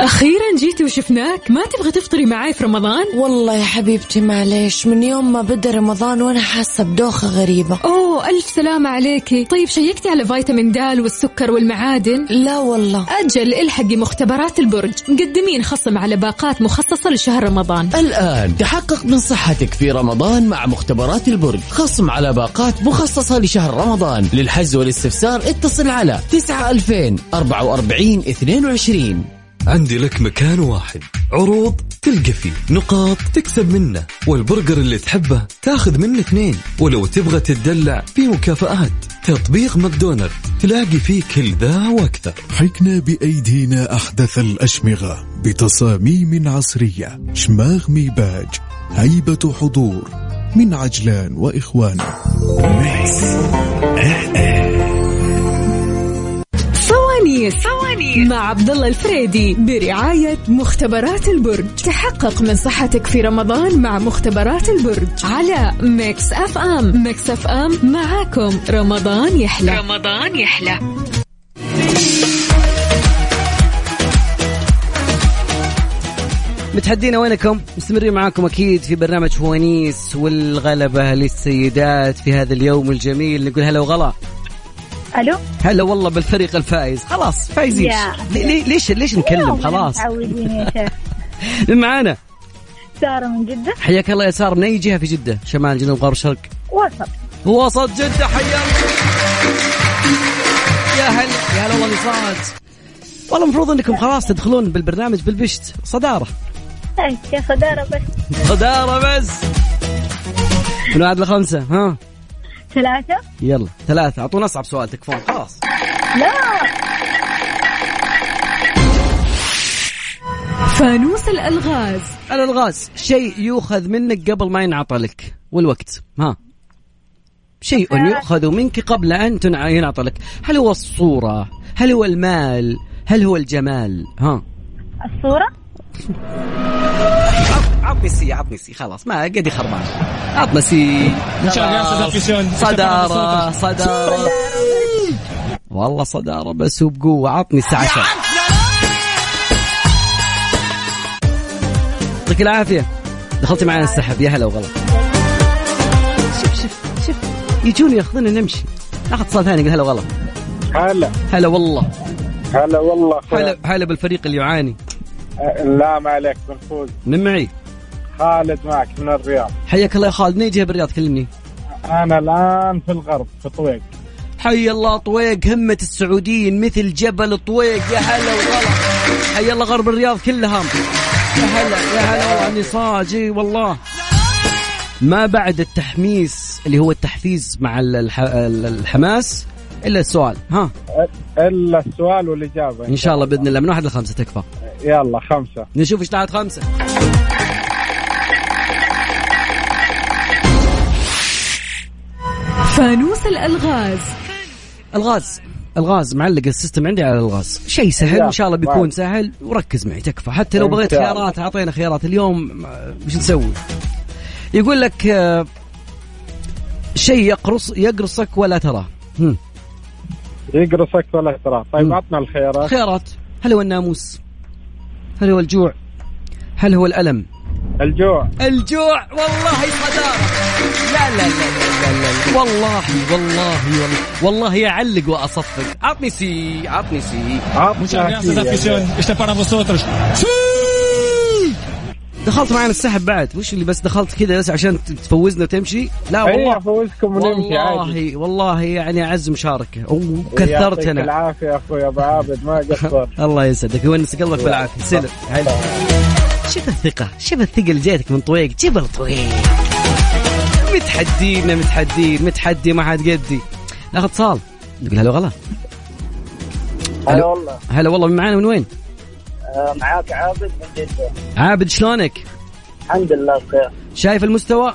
Speaker 4: أخيرا جيتي وشفناك ما تبغى تفطري معاي في رمضان
Speaker 12: والله يا حبيبتي معليش من يوم ما بدا رمضان وانا حاسه بدوخه غريبه
Speaker 4: اوه الف سلامة عليكي طيب شيكتي على فيتامين د والسكر والمعادن
Speaker 12: لا والله
Speaker 4: اجل الحقي مختبرات البرج مقدمين خصم على باقات مخصصة لشهر رمضان
Speaker 13: الآن تحقق من صحتك في رمضان مع مختبرات البرج خصم على باقات مخصصة لشهر رمضان للحجز والاستفسار اتصل على 9000 44 22
Speaker 14: عندي لك مكان واحد عروض تلقى فيه نقاط تكسب منه والبرجر اللي تحبه تاخذ منه اثنين ولو تبغى تتدلع في مكافآت تطبيق ماكدونالد تلاقي فيه كل ذا واكثر
Speaker 15: حكنا بأيدينا أحدث الأشمغة بتصاميم عصرية شماغ ميباج هيبة حضور من عجلان وإخوانه
Speaker 4: فوانيس فوانيس مع عبد الله الفريدي برعاية مختبرات البرج تحقق من صحتك في رمضان مع مختبرات البرج على ميكس اف ام ميكس اف ام معاكم رمضان يحلى رمضان يحلى
Speaker 3: متحدينا وينكم مستمرين معاكم اكيد في برنامج فوانيس والغلبه للسيدات في هذا اليوم الجميل نقول هلا وغلا
Speaker 7: الو
Speaker 3: هلا والله بالفريق الفائز خلاص فايزين
Speaker 7: يا.
Speaker 3: لي- لي- ليش ليش نكلم خلاص
Speaker 7: متعودين يا شيخ
Speaker 3: من معانا
Speaker 7: ساره من جده
Speaker 3: حياك الله يا سار من اي جهه في جده شمال جنوب غرب شرق
Speaker 7: وسط
Speaker 3: وسط جده حياك يا هلا يا هلا والله نصات والله المفروض انكم خلاص تدخلون بالبرنامج بالبشت صداره
Speaker 7: هاي طيب، يا صداره بس
Speaker 3: صداره بس من واحد لخمسه ها
Speaker 7: ثلاثه
Speaker 3: يلا ثلاثة أعطونا أصعب سؤال تكفون خلاص
Speaker 7: لا
Speaker 4: فانوس الالغاز
Speaker 3: الألغاز شيء يؤخذ منك قبل ما ينعطى لك والوقت ها شيء يؤخذ منك قبل أن تنع- ينعطى لك هل هو الصورة هل هو المال هل هو الجمال ها
Speaker 7: الصوره
Speaker 3: عطني سي عطني سي خلاص ما قد خربان عطنا سي
Speaker 2: إن شاء الله يا أستاذ
Speaker 3: خلاص.
Speaker 2: أفيسيون.
Speaker 3: صدارة صدارة والله صدارة بس وبقوة عطني الساعة 10 يعطيك العافية دخلتي معنا السحب يا هلا وغلا شوف شوف شوف يجون ياخذونا نمشي ناخذ اتصال ثاني يقول هلا وغلا
Speaker 16: هلا
Speaker 3: هلا والله
Speaker 16: هلا والله خير.
Speaker 3: هلا هلا بالفريق اللي يعاني
Speaker 16: أه، لا ما عليك بنفوز
Speaker 3: من معي
Speaker 16: خالد معك من الرياض
Speaker 3: حياك الله يا خالد من أي جهة بالرياض كلمني
Speaker 16: انا الان في الغرب في طويق
Speaker 3: حي الله طويق همة السعوديين مثل جبل طويق يا هلا وغلا حي الله غرب الرياض كلها يا هلا يا هلا والله نصاج إي والله ما بعد التحميس اللي هو التحفيز مع ال- الح- ال- الحماس الا السؤال ها
Speaker 16: أ- الا السؤال والاجابه
Speaker 3: ان شاء الله باذن الله من واحد لخمسه تكفى
Speaker 16: يلا خمسه
Speaker 3: نشوف ايش طلعت خمسه
Speaker 4: فانوس الالغاز
Speaker 3: الغاز الغاز معلق السيستم عندي على الغاز شيء سهل
Speaker 16: يا
Speaker 3: ان شاء الله بيكون
Speaker 16: واو.
Speaker 3: سهل وركز معي تكفى حتى لو
Speaker 16: إن
Speaker 3: بغيت
Speaker 16: شاء الله.
Speaker 3: خيارات اعطينا خيارات اليوم آه، وش نسوي يقول لك آه، شيء يقرص يقرصك ولا تراه هم.
Speaker 16: يقرصك ولا ترى طيب
Speaker 3: مم.
Speaker 16: عطنا الخيارات
Speaker 3: خيارات هل هو الناموس هل هو الجوع هل هو الالم
Speaker 16: الجوع
Speaker 3: الجوع والله صدارة لا لا لا لا لا, لا. والله والله والله والله اعلق واصفق عطني سي عطني سي
Speaker 2: Muchas gracias, afición. Este para vosotros.
Speaker 3: دخلت معنا السحب بعد وش اللي بس دخلت كذا بس عشان ت- تفوزنا وتمشي لا
Speaker 16: أيوة،
Speaker 3: والله
Speaker 16: أفوزكم ونمشي عادي.
Speaker 3: والله والله يعني اعز مشاركه
Speaker 16: يعطيك
Speaker 3: وكثرت انا
Speaker 16: العافيه اخوي ابو عابد ما قصر
Speaker 3: الله يسعدك يونس قلبك بالعافيه سلم هلا شوف الثقه شوف الثقه اللي جاتك من طويق جبل طويق متحدينا متحدين متحدي ما حد قدي ناخذ اتصال نقول هلا وغلا
Speaker 5: هلا والله
Speaker 3: هلا والله من معانا من وين؟
Speaker 5: آه، معاك عابد من جدة
Speaker 3: عابد شلونك؟
Speaker 5: الحمد لله بخير
Speaker 3: شايف المستوى؟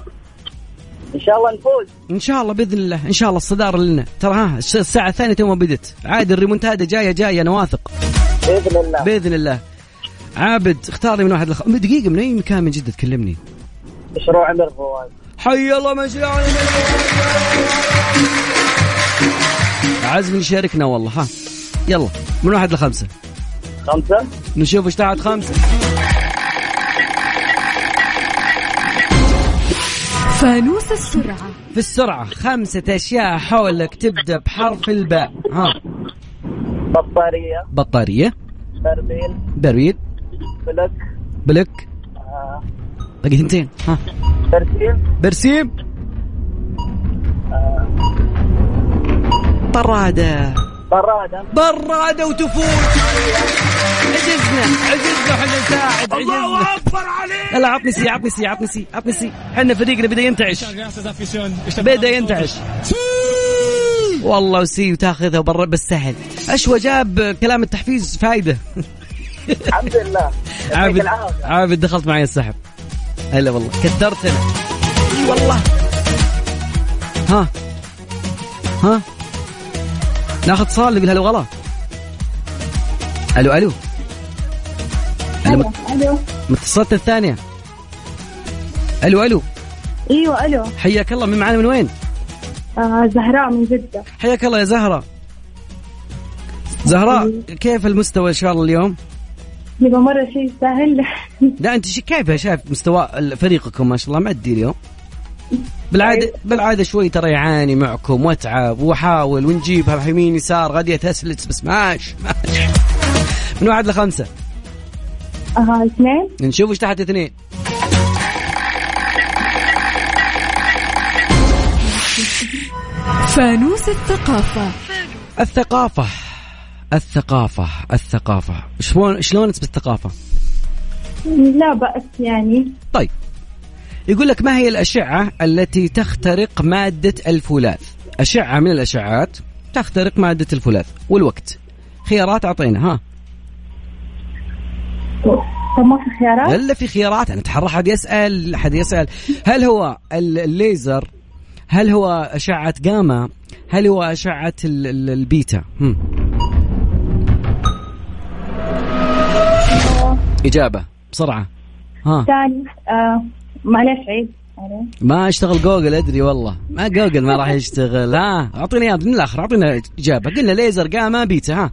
Speaker 5: ان شاء الله نفوز
Speaker 3: ان شاء الله باذن الله ان شاء الله الصداره لنا ترى ها الس- الساعه الثانيه تو ما بدت عادي الريمونتادا جايه جايه انا واثق
Speaker 5: باذن الله
Speaker 3: باذن الله عابد اختار لي من واحد لخ... دقيقه من اي مكان من جده تكلمني
Speaker 5: مشروع عمر فواز
Speaker 3: حي الله مشروع عمر عزم يشاركنا والله ها يلا من واحد لخمسه
Speaker 5: خمسة
Speaker 3: نشوف ايش تحت خمسه
Speaker 4: فانوس السرعة
Speaker 3: في السرعه خمسه اشياء حولك تبدا بحرف الباء ها
Speaker 5: بطارية
Speaker 3: بطاريه
Speaker 5: برميل
Speaker 3: بريد
Speaker 5: بلك
Speaker 3: بلك
Speaker 5: آه،
Speaker 3: باقي ثنتين ها
Speaker 5: برسيم
Speaker 3: برسيم برادة
Speaker 5: برادة
Speaker 3: برادة وتفوت عجزنا عجزنا وحنا نساعد عجزنا لا لا عطني سي عطني سي عطني سي عطني سي احنا فريقنا بدا ينتعش بدا ينتعش والله وسي وتاخذها برا بالسهل اشوى جاب كلام التحفيز فايده
Speaker 5: الحمد لله
Speaker 3: عابد عابد دخلت معي السحب هلا والله كثرتنا اي والله ها ها ناخذ اتصال نقول هلا وغلا الو الو الو مت-
Speaker 7: الو
Speaker 3: من اتصالات الثانيه الو الو
Speaker 7: ايوه الو
Speaker 3: حياك الله من معانا من وين؟
Speaker 7: آه زهراء من جدة
Speaker 3: حياك الله يا زهره زهراء كيف المستوى ان شاء الله اليوم؟
Speaker 7: يبقى مرة شيء سهل
Speaker 3: لا انت شي- كيف شايف مستوى فريقكم ما شاء الله معدي اليوم بالعاده بالعاده شوي ترى يعاني معكم واتعب واحاول ونجيبها يمين يسار غاديه تسلت بس ماش ماش من واحد لخمسه
Speaker 7: آه اثنين
Speaker 3: نشوف ايش تحت اثنين
Speaker 4: فانوس الثقافة
Speaker 3: الثقافه الثقافه الثقافه شلون شلون تسب الثقافه
Speaker 7: لا بأس يعني
Speaker 3: طيب يقول لك ما هي الأشعة التي تخترق مادة الفولاذ أشعة من الأشعات تخترق مادة الفولاذ والوقت خيارات أعطينا ها
Speaker 7: طب ما في خيارات
Speaker 3: الا في خيارات انا تحرى حد يسال حد يسال هل هو ال- الليزر هل هو اشعه جاما هل هو اشعه ال- ال- البيتا هم. اجابه بسرعه ها
Speaker 7: ثاني آه معلش عيد معليش.
Speaker 3: ما اشتغل جوجل ادري والله ما جوجل ما راح يشتغل ها اعطينا اياها من الاخر اعطينا اجابه قلنا ليزر جاما بيتا ها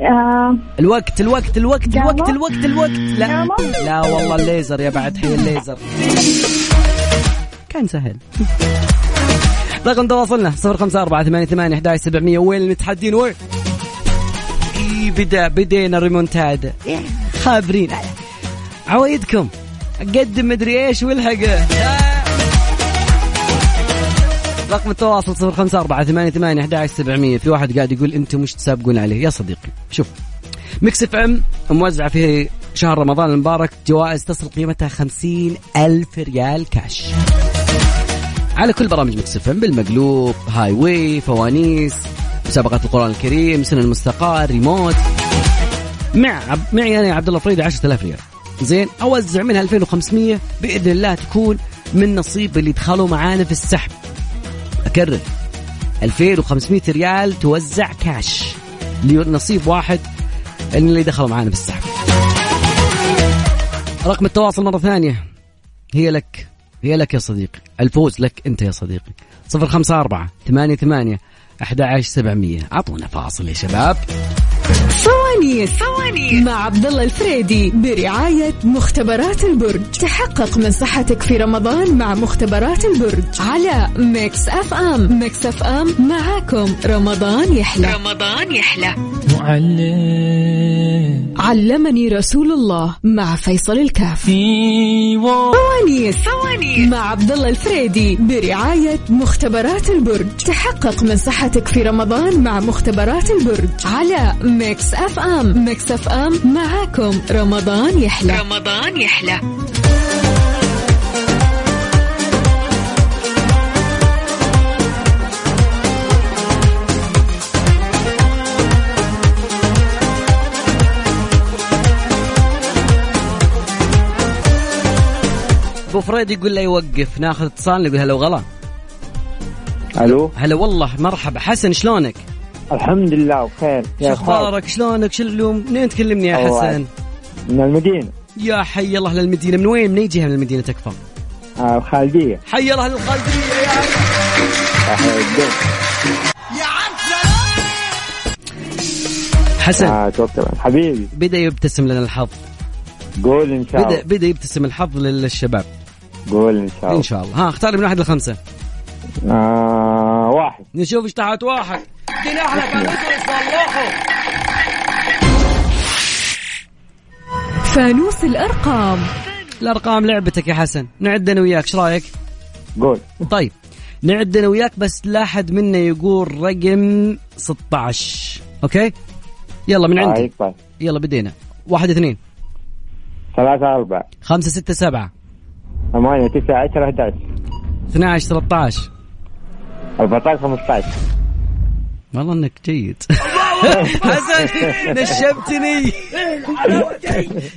Speaker 7: آه
Speaker 3: الوقت الوقت الوقت
Speaker 7: جاما؟
Speaker 3: الوقت الوقت الوقت لا
Speaker 7: جاما؟
Speaker 3: لا والله الليزر يا بعد حي الليزر كان سهل رقم تواصلنا 0548811700 وين المتحدين وين؟ إي بدا بدينا ريمونتادا إيه، خابرين عوايدكم قدم مدري ايش والحق آه. رقم التواصل 0548811700 في واحد قاعد يقول انتم مش تسابقون عليه يا صديقي شوف ميكس اف ام موزعه في شهر رمضان المبارك جوائز تصل قيمتها خمسين ألف ريال كاش على كل برامج ميكس اف ام بالمقلوب هاي واي فوانيس مسابقة القرآن الكريم سن المستقار ريموت مع يعني عب- معي انا يا عبد الله فريدي 10000 ريال زين اوزع منها 2500 باذن الله تكون من نصيب اللي دخلوا معانا في السحب اكرر 2500 ريال توزع كاش لنصيب واحد من اللي دخلوا معانا بالسحب رقم التواصل مرة ثانية هي لك هي لك يا صديقي الفوز لك أنت يا صديقي صفر خمسة أربعة ثمانية ثمانية أحد عشر سبعمية أعطونا فاصل يا شباب
Speaker 4: فوانيس فوانيس مع عبد الله الفريدي برعاية مختبرات البرج تحقق من صحتك في رمضان مع مختبرات البرج على ميكس اف ام ميكس اف ام معاكم رمضان يحلى
Speaker 17: رمضان يحلى
Speaker 4: معلم علمني رسول الله مع فيصل الكاف فوانيس فوانيس مع عبد الله الفريدي برعاية مختبرات البرج تحقق من صحتك في رمضان مع مختبرات البرج على ميكس اف ام ميكس اف ام معاكم رمضان يحلى
Speaker 17: رمضان يحلى
Speaker 3: ابو فريد يقول له يوقف ناخذ اتصال نقول هلا وغلا
Speaker 5: الو
Speaker 3: هلا والله مرحبا حسن شلونك؟
Speaker 5: الحمد لله بخير
Speaker 3: شو
Speaker 5: يا خالد.
Speaker 3: اخبارك شلونك شو اليوم منين تكلمني يا
Speaker 5: الله
Speaker 3: حسن؟
Speaker 5: من المدينه
Speaker 3: يا حي الله للمدينه من وين من اي جهه من المدينه تكفى؟
Speaker 5: آه، الخالديه
Speaker 3: حي الله للخالديه يا عم.
Speaker 5: آه،
Speaker 3: حسن
Speaker 5: آه، توكل حبيبي
Speaker 3: بدا يبتسم لنا الحظ
Speaker 5: قول ان شاء
Speaker 3: بدا
Speaker 5: الله
Speaker 3: بدا يبتسم الحظ للشباب
Speaker 5: قول ان شاء الله
Speaker 3: ان شاء الله ها اختار من واحد لخمسه
Speaker 5: آه واحد
Speaker 3: نشوف ايش تحت واحد
Speaker 5: [LAUGHS]
Speaker 4: فانوس الأرقام
Speaker 3: الارقام لعبتك يا حسن نعد انا وياك ايش رايك؟
Speaker 5: قول
Speaker 3: طيب نعد انا وياك بس لا احد منا يقول رقم 16 اوكي؟ يلا من عندك
Speaker 5: طيب طيب
Speaker 3: يلا بدينا واحد اثنين
Speaker 5: ثلاثة أربعة
Speaker 3: خمسة ستة سبعة
Speaker 5: ثمانية تسعة عشرة 11
Speaker 3: اثنا عشر ثلاثة عشر
Speaker 5: 14 15
Speaker 3: والله انك جيد [LAUGHS] حسن نشبتني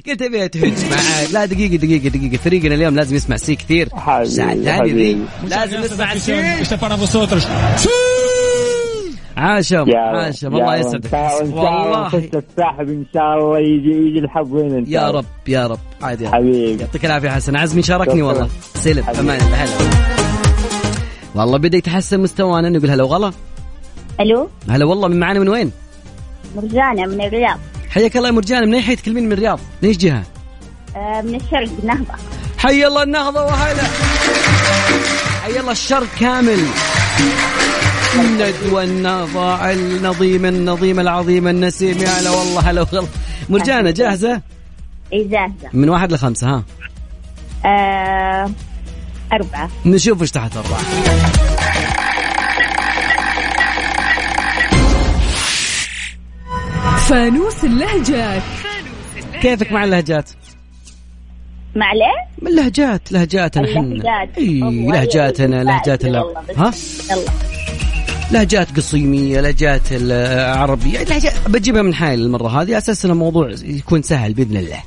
Speaker 3: قلت ابي اتهج معاك لا دقيقة دقيقة دقيقة فريقنا اليوم لازم يسمع سي كثير الساعة الثانية ذي
Speaker 2: حبيبي.
Speaker 3: لازم نسمع سي
Speaker 2: Está para vosotros.
Speaker 3: عاشم
Speaker 5: يا رب.
Speaker 3: عاشم الله
Speaker 5: يا رب.
Speaker 3: يسعدك
Speaker 5: إن شاء الله
Speaker 3: والله
Speaker 5: نخش السحب إن شاء الله يجي يجي الحظ وين إن شاء
Speaker 3: يا
Speaker 5: الله.
Speaker 3: رب يا رب عادي
Speaker 5: حبيبي.
Speaker 3: يعطيك العافية حسن عزمي شاركني
Speaker 5: شكراً.
Speaker 3: والله سلم
Speaker 5: حبيبي.
Speaker 3: أمان الله هلا والله بدأ يتحسن مستوانا نقول هلا وغلا
Speaker 18: الو
Speaker 3: هلا والله من معانا من وين؟
Speaker 18: مرجانه من الرياض
Speaker 3: حياك الله يا مرجان من اي حي تكلمين من الرياض؟ من ايش جهه؟
Speaker 18: آه، من الشرق نهضه
Speaker 3: حي الله النهضه وهلا حي الله الشر كامل الندوة النضاع النظيم النظيم العظيم النسيم يا هلا والله هلا والله مرجانة جاهزة
Speaker 18: اي جاهزه
Speaker 3: من واحد لخمسة ها
Speaker 18: آه، اربعه
Speaker 3: نشوف ايش تحت أربعة
Speaker 4: فانوس اللهجات
Speaker 3: كيفك مع اللهجات؟
Speaker 18: مع الايه؟
Speaker 3: من لهجات لهجاتنا احنا
Speaker 18: اللهجات.
Speaker 3: اي
Speaker 18: والله
Speaker 3: لهجاتنا
Speaker 18: يلا،
Speaker 3: لهجات ال-
Speaker 18: والله بس.
Speaker 3: ها
Speaker 18: يلا
Speaker 3: لهجات قصيمية لهجات العربية لهجات بجيبها من حال المرة هذه أساس أن الموضوع يكون سهل بإذن الله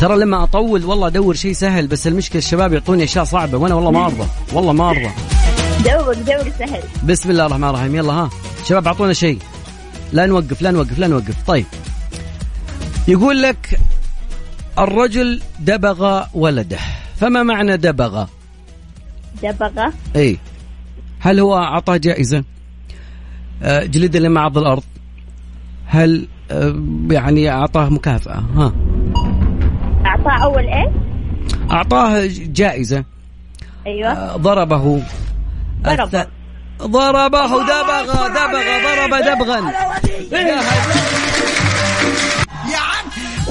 Speaker 3: ترى لما أطول والله أدور شيء سهل بس المشكلة الشباب يعطوني أشياء صعبة وأنا والله ما أرضى والله ما أرضى
Speaker 18: دور دور سهل
Speaker 3: بسم الله الرحمن الرحيم يلا ها شباب أعطونا شيء لا نوقف لا نوقف لا نوقف طيب يقول لك الرجل دبغ ولده فما معنى دبغ
Speaker 18: دبغه
Speaker 3: اي هل هو اعطاه جائزه؟ آه، جلده لما عض الارض؟ هل آه، يعني اعطاه مكافاه؟ ها
Speaker 18: اعطاه اول ايه؟
Speaker 3: اعطاه جائزه
Speaker 18: ايوه
Speaker 3: آه، ضربه
Speaker 18: ضرب.
Speaker 3: الث- ضربه دبغ دبغ ضرب دبغا يا هل-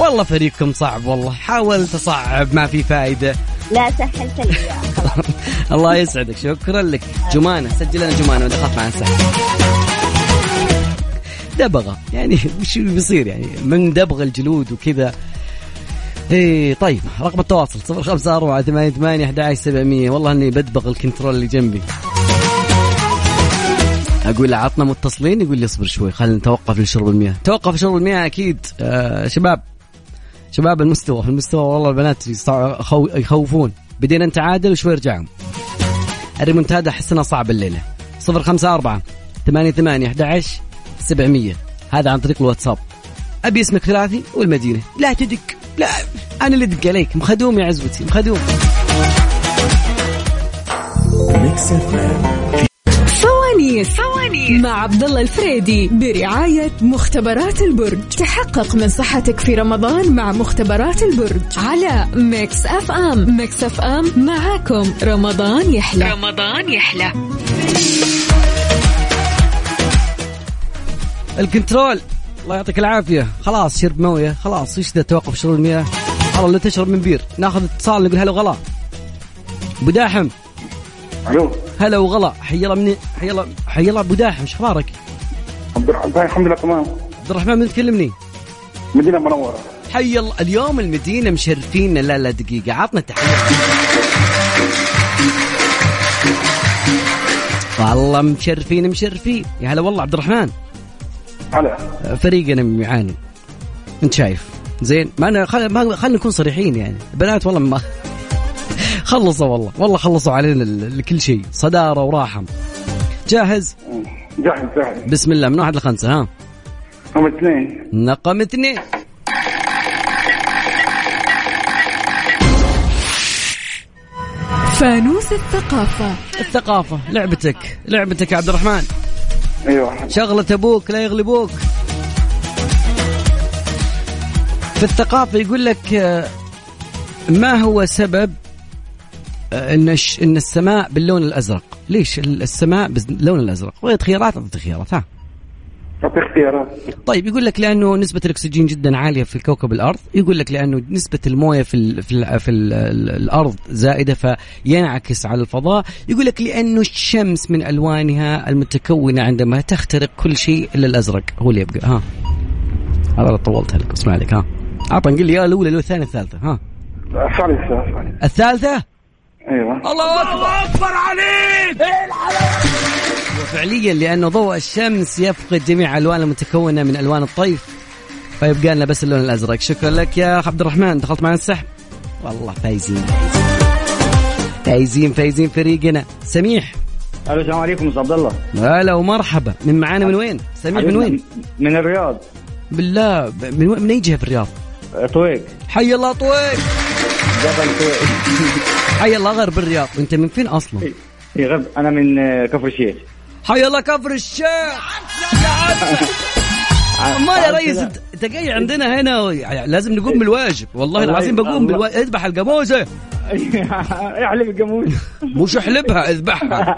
Speaker 3: والله فريقكم صعب والله حاول تصعب ما في فائده
Speaker 18: لا سهلت لي يا خلاص.
Speaker 3: [LAUGHS] الله يسعدك شكرا لك جمانة سجل لنا جمانة ما تخاف معنا السحب دبغة يعني وش اللي بيصير يعني من دبغ الجلود وكذا ايه طيب رقم التواصل 054 88 11700 والله اني بدبغ الكنترول اللي جنبي اقول له عطنا متصلين يقول لي اصبر شوي خلينا نتوقف لشرب المياه توقف شرب المياه اكيد آه شباب شباب المستوى في المستوى والله البنات يستع- خو- يخوفون بدينا نتعادل وشوي رجعوا الريمونتادا احس انها صعبه الليله 054 88 11 700 هذا عن طريق الواتساب ابي اسمك ثلاثي والمدينه لا تدق لا انا اللي ادق عليك مخدوم يا عزوتي مخدوم
Speaker 11: ميكس اف ام
Speaker 4: فوانيس فوانيس مع عبد الله الفريدي برعاية مختبرات البرج تحقق من صحتك في رمضان مع مختبرات البرج على ميكس اف ام ميكس اف ام معاكم رمضان يحلى
Speaker 17: رمضان يحلى
Speaker 3: الكنترول الله يعطيك العافيه خلاص شرب مويه خلاص ايش ذا توقف شرب المياه والله لا تشرب من بير ناخذ اتصال نقول هلا وغلا ابو داحم
Speaker 19: الو
Speaker 3: هلا وغلا حي الله من حي الله حي الله ابو داحم ايش اخبارك؟
Speaker 19: عبد الرحمن طيب، الحمد لله تمام
Speaker 3: عبد الرحمن من تكلمني؟
Speaker 19: مدينه منوره
Speaker 3: حي الله اليوم المدينة مشرفين لا لا دقيقة عطنا تحية والله مشرفين مشرفين يا هلا والله عبد الرحمن
Speaker 19: هلا
Speaker 3: فريقنا يعاني انت شايف زين ما انا خل... ما... خلينا نكون صريحين يعني البنات والله ما [LAUGHS] خلصوا والله والله خلصوا علينا ال- ال- كل شيء صداره وراحه جاهز
Speaker 19: جاهز جاهز
Speaker 3: بسم الله من واحد لخمسه ها
Speaker 19: هم اثنين
Speaker 3: نقم اثنين
Speaker 4: فانوس الثقافة
Speaker 3: الثقافة لعبتك لعبتك يا عبد الرحمن
Speaker 19: ايوه
Speaker 3: شغلة ابوك لا يغلبوك في الثقافة يقول لك آه، ما هو سبب آه، ان الش- ان السماء باللون الازرق؟ ليش ال- السماء باللون الازرق؟ وغير خيارات اعطيك خيارات ها؟
Speaker 19: اعطي اختيارات
Speaker 3: طيب يقول لك لانه نسبه الاكسجين جدا عاليه في كوكب الارض يقول لك لانه نسبه المويه في ال في, ال في ال الارض زائده فينعكس على الفضاء يقول لك لانه الشمس من الوانها المتكونه عندما تخترق كل شيء الا الازرق هو اللي يبقى ها هذا أنا طولتها لك اسمع لك ها عطنا قل لي يا الاولى لو الثانيه الثالثه ها
Speaker 19: سوري سوري سوري.
Speaker 3: الثالثه
Speaker 19: ايوه
Speaker 3: الله اكبر اكبر عليك ايه وفعليا لانه ضوء الشمس يفقد جميع الوانه المتكونه من الوان الطيف فيبقى لنا بس اللون الازرق شكرا لك يا عبد الرحمن دخلت معنا السحب والله فايزين فايزين فايزين فريقنا سميح
Speaker 20: الو السلام عليكم استاذ عبد الله
Speaker 3: هلا ومرحبا من معانا من وين سميح من وين
Speaker 20: من الرياض
Speaker 3: بالله ب- من وين من اي جهه في الرياض
Speaker 20: طويق
Speaker 3: حي الله طويق
Speaker 20: جبل طويق [LAUGHS]
Speaker 3: حي الله غرب الرياض انت من فين
Speaker 20: إيه.
Speaker 3: اصلا
Speaker 20: في غرب انا من آه، كفر الشيخ
Speaker 3: حي الله كفر الشيخ امال يا ريس
Speaker 20: [LAUGHS]
Speaker 3: انت أنت جاي عندنا هنا و- يعني لازم نقوم بالواجب والله
Speaker 20: والله
Speaker 3: العظيم بقوم
Speaker 20: إيه. الله.
Speaker 3: بالواجب اذبح القاموسه
Speaker 20: احلب القاموس
Speaker 3: مش احلبها اذبحها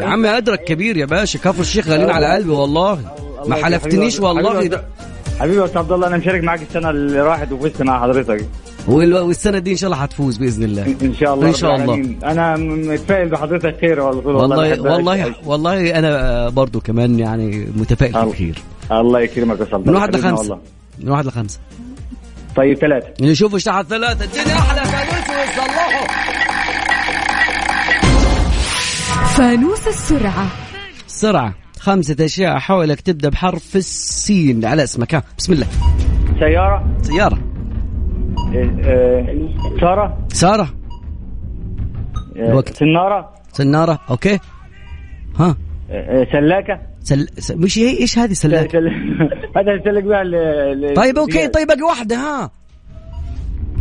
Speaker 3: يا عمي ادرك كبير يا باشا كفر الشيخ غالين على قلبي والله ما
Speaker 20: يا
Speaker 3: حلفتنيش
Speaker 20: حبيبي-
Speaker 3: والله
Speaker 20: حبيبي- حبيبي استاذ عبد الله انا مشارك معاك السنه اللي راحت وفزت مع حضرتك
Speaker 3: وال- والسنه دي ان شاء الله حتفوز باذن الله
Speaker 20: ان شاء الله
Speaker 3: ان
Speaker 20: رب
Speaker 3: شاء الله
Speaker 20: العالمين. انا م- متفائل بحضرتك خير والله
Speaker 3: والله
Speaker 20: بحبك.
Speaker 3: والله والله انا برضو كمان يعني متفائل كثير
Speaker 20: الله يكرمك يا استاذ عبد
Speaker 3: من
Speaker 20: الله.
Speaker 3: واحد
Speaker 20: حبيبنا
Speaker 3: لخمسه
Speaker 20: والله.
Speaker 3: من واحد لخمسه
Speaker 20: طيب ثلاثه
Speaker 3: اللي يشوفوا تحت ثلاثه اديني احلى فانوس ويصلحوا
Speaker 4: فانوس السرعة
Speaker 3: سرعة خمسة أشياء حولك تبدأ بحرف السين على اسمك ها بسم الله
Speaker 20: سياره
Speaker 3: سيارة
Speaker 20: آه، آه، ساره
Speaker 3: سارة
Speaker 20: آه،
Speaker 3: الوقت.
Speaker 20: سناره
Speaker 3: سنارة أوكي ها
Speaker 20: آه، آه، سلاكه
Speaker 3: سل... س... مش هي ايش هذه سلاكة
Speaker 20: [LAUGHS] هذا هسلك بها ال- ال-
Speaker 3: طيب أوكي طيب باقي واحدة ها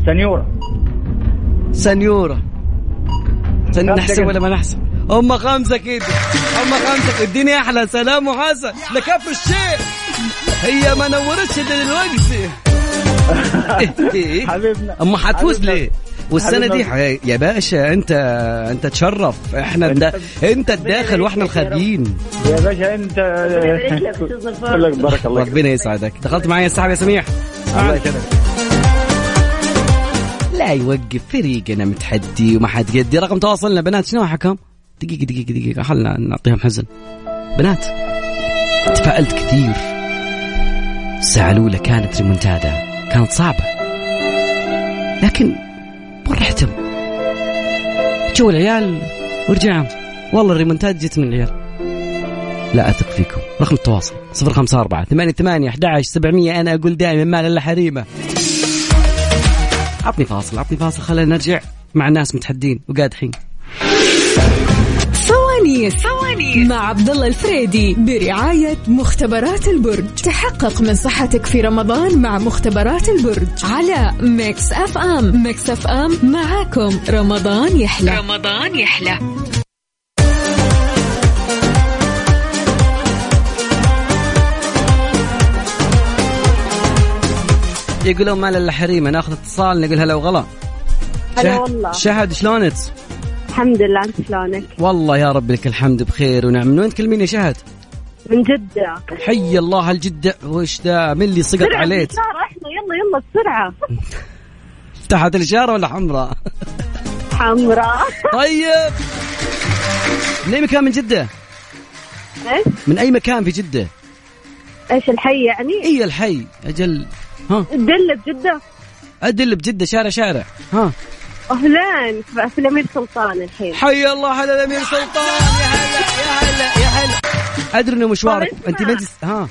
Speaker 20: سنيوره
Speaker 3: سنيورة سن...
Speaker 20: خمسة
Speaker 3: نحسب
Speaker 20: كده.
Speaker 3: ولا ما نحسب هم خمسة كده هم خمسة اديني أحلى سلام وحسن لكف الشيء هي ما نورتش إلا
Speaker 20: [LAUGHS]
Speaker 3: دلوقتي إيه؟
Speaker 20: حبيبنا
Speaker 3: اما حتفوز
Speaker 20: حبيبنا.
Speaker 3: ليه؟ والسنه دي
Speaker 20: حبيبنا.
Speaker 3: حي- يا باشا انت انت تشرف احنا الدا... انت الداخل واحنا الخارجين
Speaker 20: يا باشا انت بقول لك بارك الله
Speaker 3: ربنا يسعدك دخلت معايا السحب يا سميح
Speaker 20: الله يسعدك
Speaker 3: لا يوقف فريقنا متحدي وما حد يدي رقم تواصلنا بنات شنو حكم؟ دقيقه دقيقه دقيقه خلنا نعطيهم حزن بنات تفائلت كثير الساعه الاولى كانت ريمونتادا كانت صعبه لكن وين رحتم؟ جو العيال ورجعوا والله الريمونتادا جت من العيال لا اثق فيكم رقم التواصل 054 88 11 700 انا اقول دائما ما الا حريمه عطني فاصل عطني فاصل خلينا نرجع مع ناس متحدين وقادحين
Speaker 4: فوانيس فوانيس مع عبد الله الفريدي برعاية مختبرات البرج تحقق من صحتك في رمضان مع مختبرات البرج على ميكس اف ام ميكس اف ام معاكم رمضان يحلى
Speaker 17: رمضان يحلى
Speaker 3: يقولون ما الا حريمه ناخذ اتصال نقول هلا وغلا
Speaker 7: هلا
Speaker 3: شهد-
Speaker 7: والله.
Speaker 3: شهد شلونك؟
Speaker 7: الحمد لله انت شلونك؟
Speaker 3: والله يا رب لك الحمد بخير ونعم من وين تكلميني يا شهد؟
Speaker 7: من جدة
Speaker 3: حي الله هالجدة وش ذا من اللي سقط
Speaker 7: بسرعة
Speaker 3: عليك؟
Speaker 7: بالإشارة، احنا يلا يلا بسرعة
Speaker 3: تحت الاشاره ولا حمراء؟
Speaker 7: حمراء
Speaker 3: طيب من اي مكان من جده؟
Speaker 7: إيش؟
Speaker 3: من اي مكان في جده؟
Speaker 7: ايش الحي يعني؟
Speaker 3: اي إيه الحي اجل ها
Speaker 7: الدلة بجدة
Speaker 3: ادل بجده شارع شارع ها
Speaker 7: اهلين في في الامير سلطان الحين
Speaker 3: حي الله على الامير سلطان يا هلا يا هلا يا هلا ادري انه مشوارك انت ما انت ها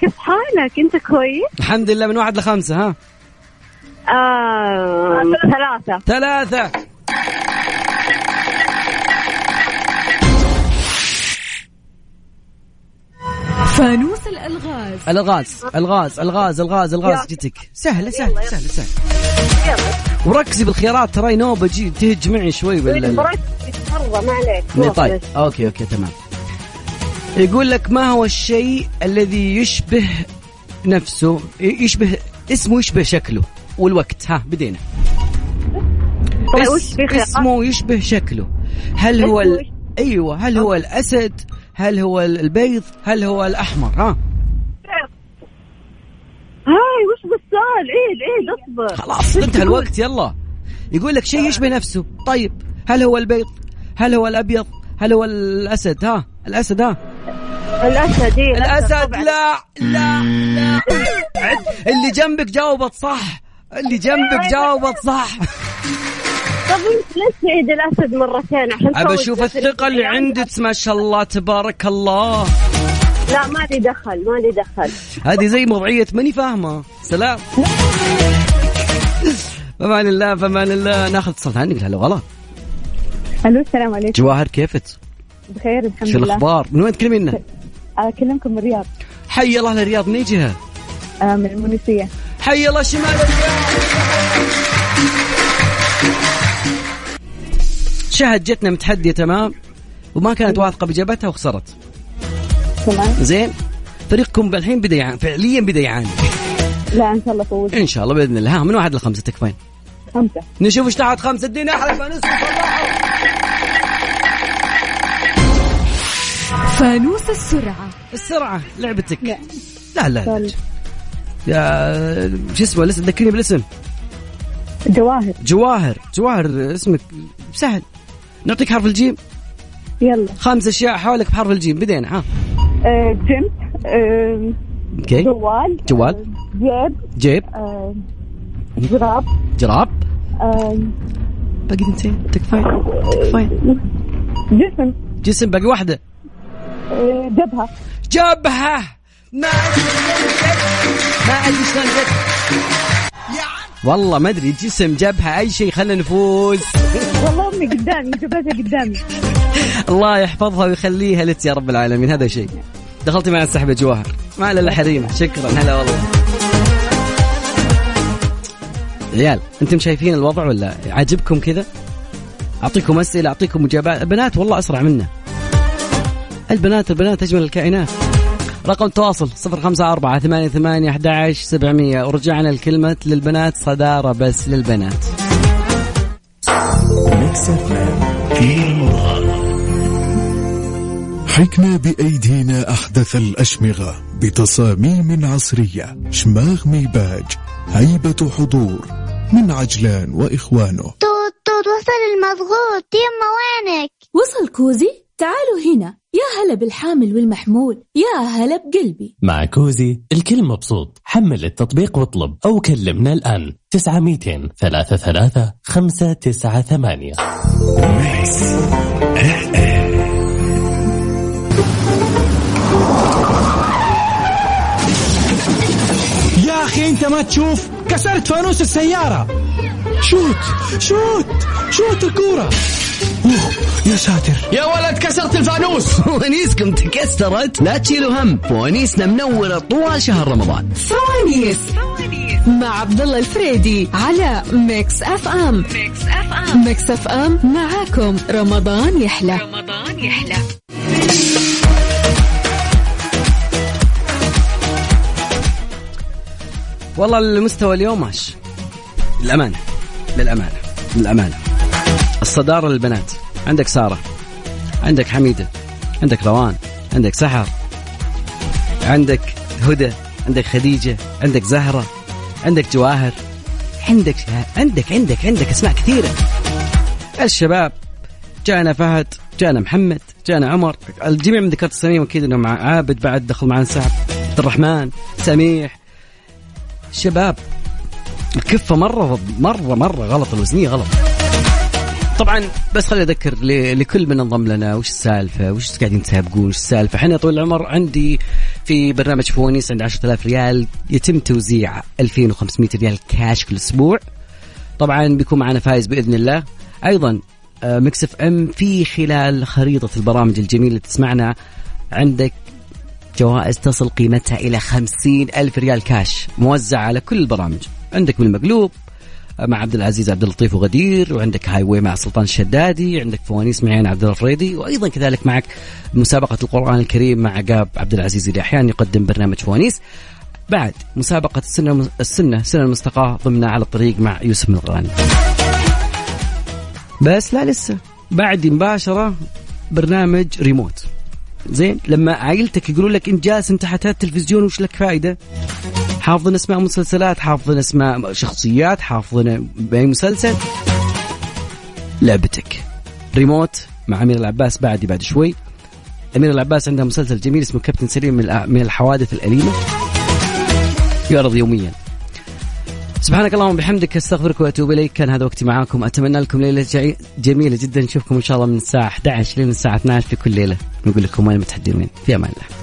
Speaker 7: كيف حالك؟ انت كويس؟
Speaker 3: الحمد لله من واحد لخمسه ها
Speaker 7: آه ثلاثة
Speaker 3: ثلاثة
Speaker 4: فانوس الالغاز
Speaker 3: الغاز الغاز الغاز الغاز الغاز جتك سهلة سهلة سهلة سهلة وركزي بالخيارات تراي نوبة جي تهج معي شوي بال
Speaker 18: مرة ما عليك
Speaker 3: طيب اوكي اوكي تمام يقول لك ما هو الشيء الذي يشبه نفسه ي- يشبه اسمه يشبه شكله والوقت ها بدينا
Speaker 7: طيب،
Speaker 3: اس-
Speaker 7: وش في خيارات؟
Speaker 3: اسمه يشبه شكله هل هو
Speaker 7: اسمه
Speaker 3: ال... ايوه هل هو الاسد هل هو البيض هل هو الاحمر ها
Speaker 7: هاي وش بالسؤال عيد عيد اصبر [LAUGHS]
Speaker 3: خلاص انتهى الوقت يلا يقول لك شيء يشبه نفسه طيب هل هو البيض هل هو الابيض هل هو الاسد ها الاسد ها
Speaker 7: الاسد إيه،
Speaker 3: الاسد
Speaker 7: طبعاً.
Speaker 3: لا لا لا عد. اللي جنبك جاوبت صح اللي جنبك جاوبت صح
Speaker 7: طب انت ليش تعيد الاسد مرتين عشان يعني.
Speaker 3: ابى
Speaker 7: تفوت
Speaker 3: اشوف
Speaker 7: نفسك؟
Speaker 3: الثقه اللي عندك ما شاء الله تبارك الله
Speaker 7: لا ما لي دخل ما لي دخل
Speaker 3: هذه زي وضعية ماني فاهمة سلام فمان الله فمان الله ناخذ اتصال ثاني نقول هلا والله
Speaker 1: الو السلام عليكم
Speaker 3: جواهر كيفك؟
Speaker 1: بخير الحمد
Speaker 3: شو
Speaker 1: لله
Speaker 3: الاخبار؟ من وين تكلمينا؟
Speaker 1: اكلمكم من الرياض
Speaker 3: حي الله الرياض من أي جهة؟
Speaker 1: آه، من المنوفيه
Speaker 3: حي الله شمال الرياض شهد جتنا متحدية تمام وما كانت واثقة بإجابتها وخسرت
Speaker 1: تمام
Speaker 3: زين فريقكم الحين بدا يعاني فعليا بدا يعاني
Speaker 1: لا ان شاء الله فوز
Speaker 3: ان شاء الله باذن الله ها من واحد لخمسه تكفين
Speaker 1: خمسه
Speaker 3: نشوف ايش تحت خمسه ادينا احلى فانوس
Speaker 4: فانوس السرعة
Speaker 3: السرعة لعبتك لا لا, لا. يا شو اسمه لسه ذكرني بالاسم
Speaker 1: جواهر
Speaker 3: جواهر جواهر اسمك سهل نعطيك حرف الجيم
Speaker 1: يلا
Speaker 3: خمس اشياء حولك بحرف الجيم بدينا ها
Speaker 1: آه، جيم آه،
Speaker 3: اوكي
Speaker 1: جوال
Speaker 3: إيه.
Speaker 1: أه،
Speaker 3: جوال
Speaker 1: جيب
Speaker 3: جيب
Speaker 1: آه، جراب
Speaker 3: جراب
Speaker 1: آه،
Speaker 3: باقي دقيقتين تكفين تكفين
Speaker 1: جسم
Speaker 3: جسم باقي واحدة
Speaker 1: آه، جبهه
Speaker 3: جبهة ما ادري شلون جت. ما ادري شلون جت والله ما ادري جسم جبهة اي شيء خلينا نفوز
Speaker 1: والله امي قدامي جبهتها قدامي
Speaker 3: الله يحفظها ويخليها لك يا رب العالمين هذا شيء دخلتي مع السحب يا جواهر ما لا لا حريمه شكرا هلا والله عيال انتم شايفين الوضع ولا عاجبكم كذا اعطيكم اسئله اعطيكم اجابات البنات والله اسرع منا البنات البنات اجمل الكائنات رقم التواصل 054 88 11 700 ورجعنا الكلمة للبنات صدارة بس للبنات
Speaker 11: ميكس اف ام في رمضان
Speaker 15: حكنا بأيدينا أحدث الأشمغة بتصاميم عصرية شماغ ميباج هيبة حضور من عجلان وإخوانه
Speaker 21: توت توت وصل المضغوط يما وينك
Speaker 22: وصل كوزي تعالوا هنا يا هلا بالحامل والمحمول يا هلا بقلبي
Speaker 23: مع كوزي الكل مبسوط حمل التطبيق واطلب أو كلمنا الآن 900 33 598
Speaker 24: يا اخي انت ما تشوف كسرت فانوس السياره شوت شوت شوت الكوره أوه، يا ساتر
Speaker 13: يا ولد كسرت الفانوس [LAUGHS] فوانيسكم تكسرت لا تشيلوا هم فوانيسنا منورة طوال شهر رمضان
Speaker 4: فوانيس مع عبد الله الفريدي على ميكس اف ام ميكس اف ام ميكس اف ام معاكم رمضان يحلى
Speaker 17: رمضان يحلى
Speaker 3: والله المستوى اليوم ماشي للأمانة للأمانة للأمانة الصدارة للبنات عندك سارة عندك حميدة عندك روان عندك سحر عندك هدى عندك خديجة عندك زهرة عندك جواهر عندك شها- عندك عندك عندك اسماء كثيرة الشباب جانا فهد جانا محمد جانا عمر الجميع من ذكرت الصميم اكيد انهم مع عابد بعد دخل معنا سعد عبد الرحمن سميح شباب الكفه مره مره مره غلط الوزنيه غلط طبعا بس خليني اذكر ل- لكل من انضم لنا وش السالفه وش قاعدين تسابقون وش السالفه احنا يا طويل العمر عندي في برنامج فوانيس عند 10000 ريال يتم توزيع 2500 ريال كاش كل اسبوع طبعا بيكون معنا فايز باذن الله ايضا مكس اف ام في خلال خريطه البرامج الجميله اللي تسمعنا عندك جوائز تصل قيمتها إلى خمسين ألف ريال كاش موزعة على كل البرامج عندك من المقلوب مع عبد العزيز عبد اللطيف وغدير وعندك هاي واي مع سلطان الشدادي عندك فوانيس معين عبد الفريدي وايضا كذلك معك مسابقه القران الكريم مع عقاب عبد العزيز اللي احيانا يقدم برنامج فوانيس بعد مسابقه السنه السنه سنه المستقاه ضمن على الطريق مع يوسف مرغلاني بس لا لسه بعد مباشره برنامج ريموت زين لما عائلتك يقولون لك انت جالس انت حتى التلفزيون وش لك فائده حافظين اسماء مسلسلات حافظين اسماء شخصيات حافظين باي مسلسل لعبتك ريموت مع امير العباس بعدي بعد شوي امير العباس عندها مسلسل جميل اسمه كابتن سليم من الأ- من الحوادث الاليمه يعرض يوميا سبحانك اللهم وبحمدك استغفرك واتوب اليك كان هذا وقتي معاكم اتمنى لكم ليله جعي- جميله جدا نشوفكم ان شاء الله من الساعه 11 لين الساعه 12 في كل ليله نقول لكم وين متحدرين في امان الله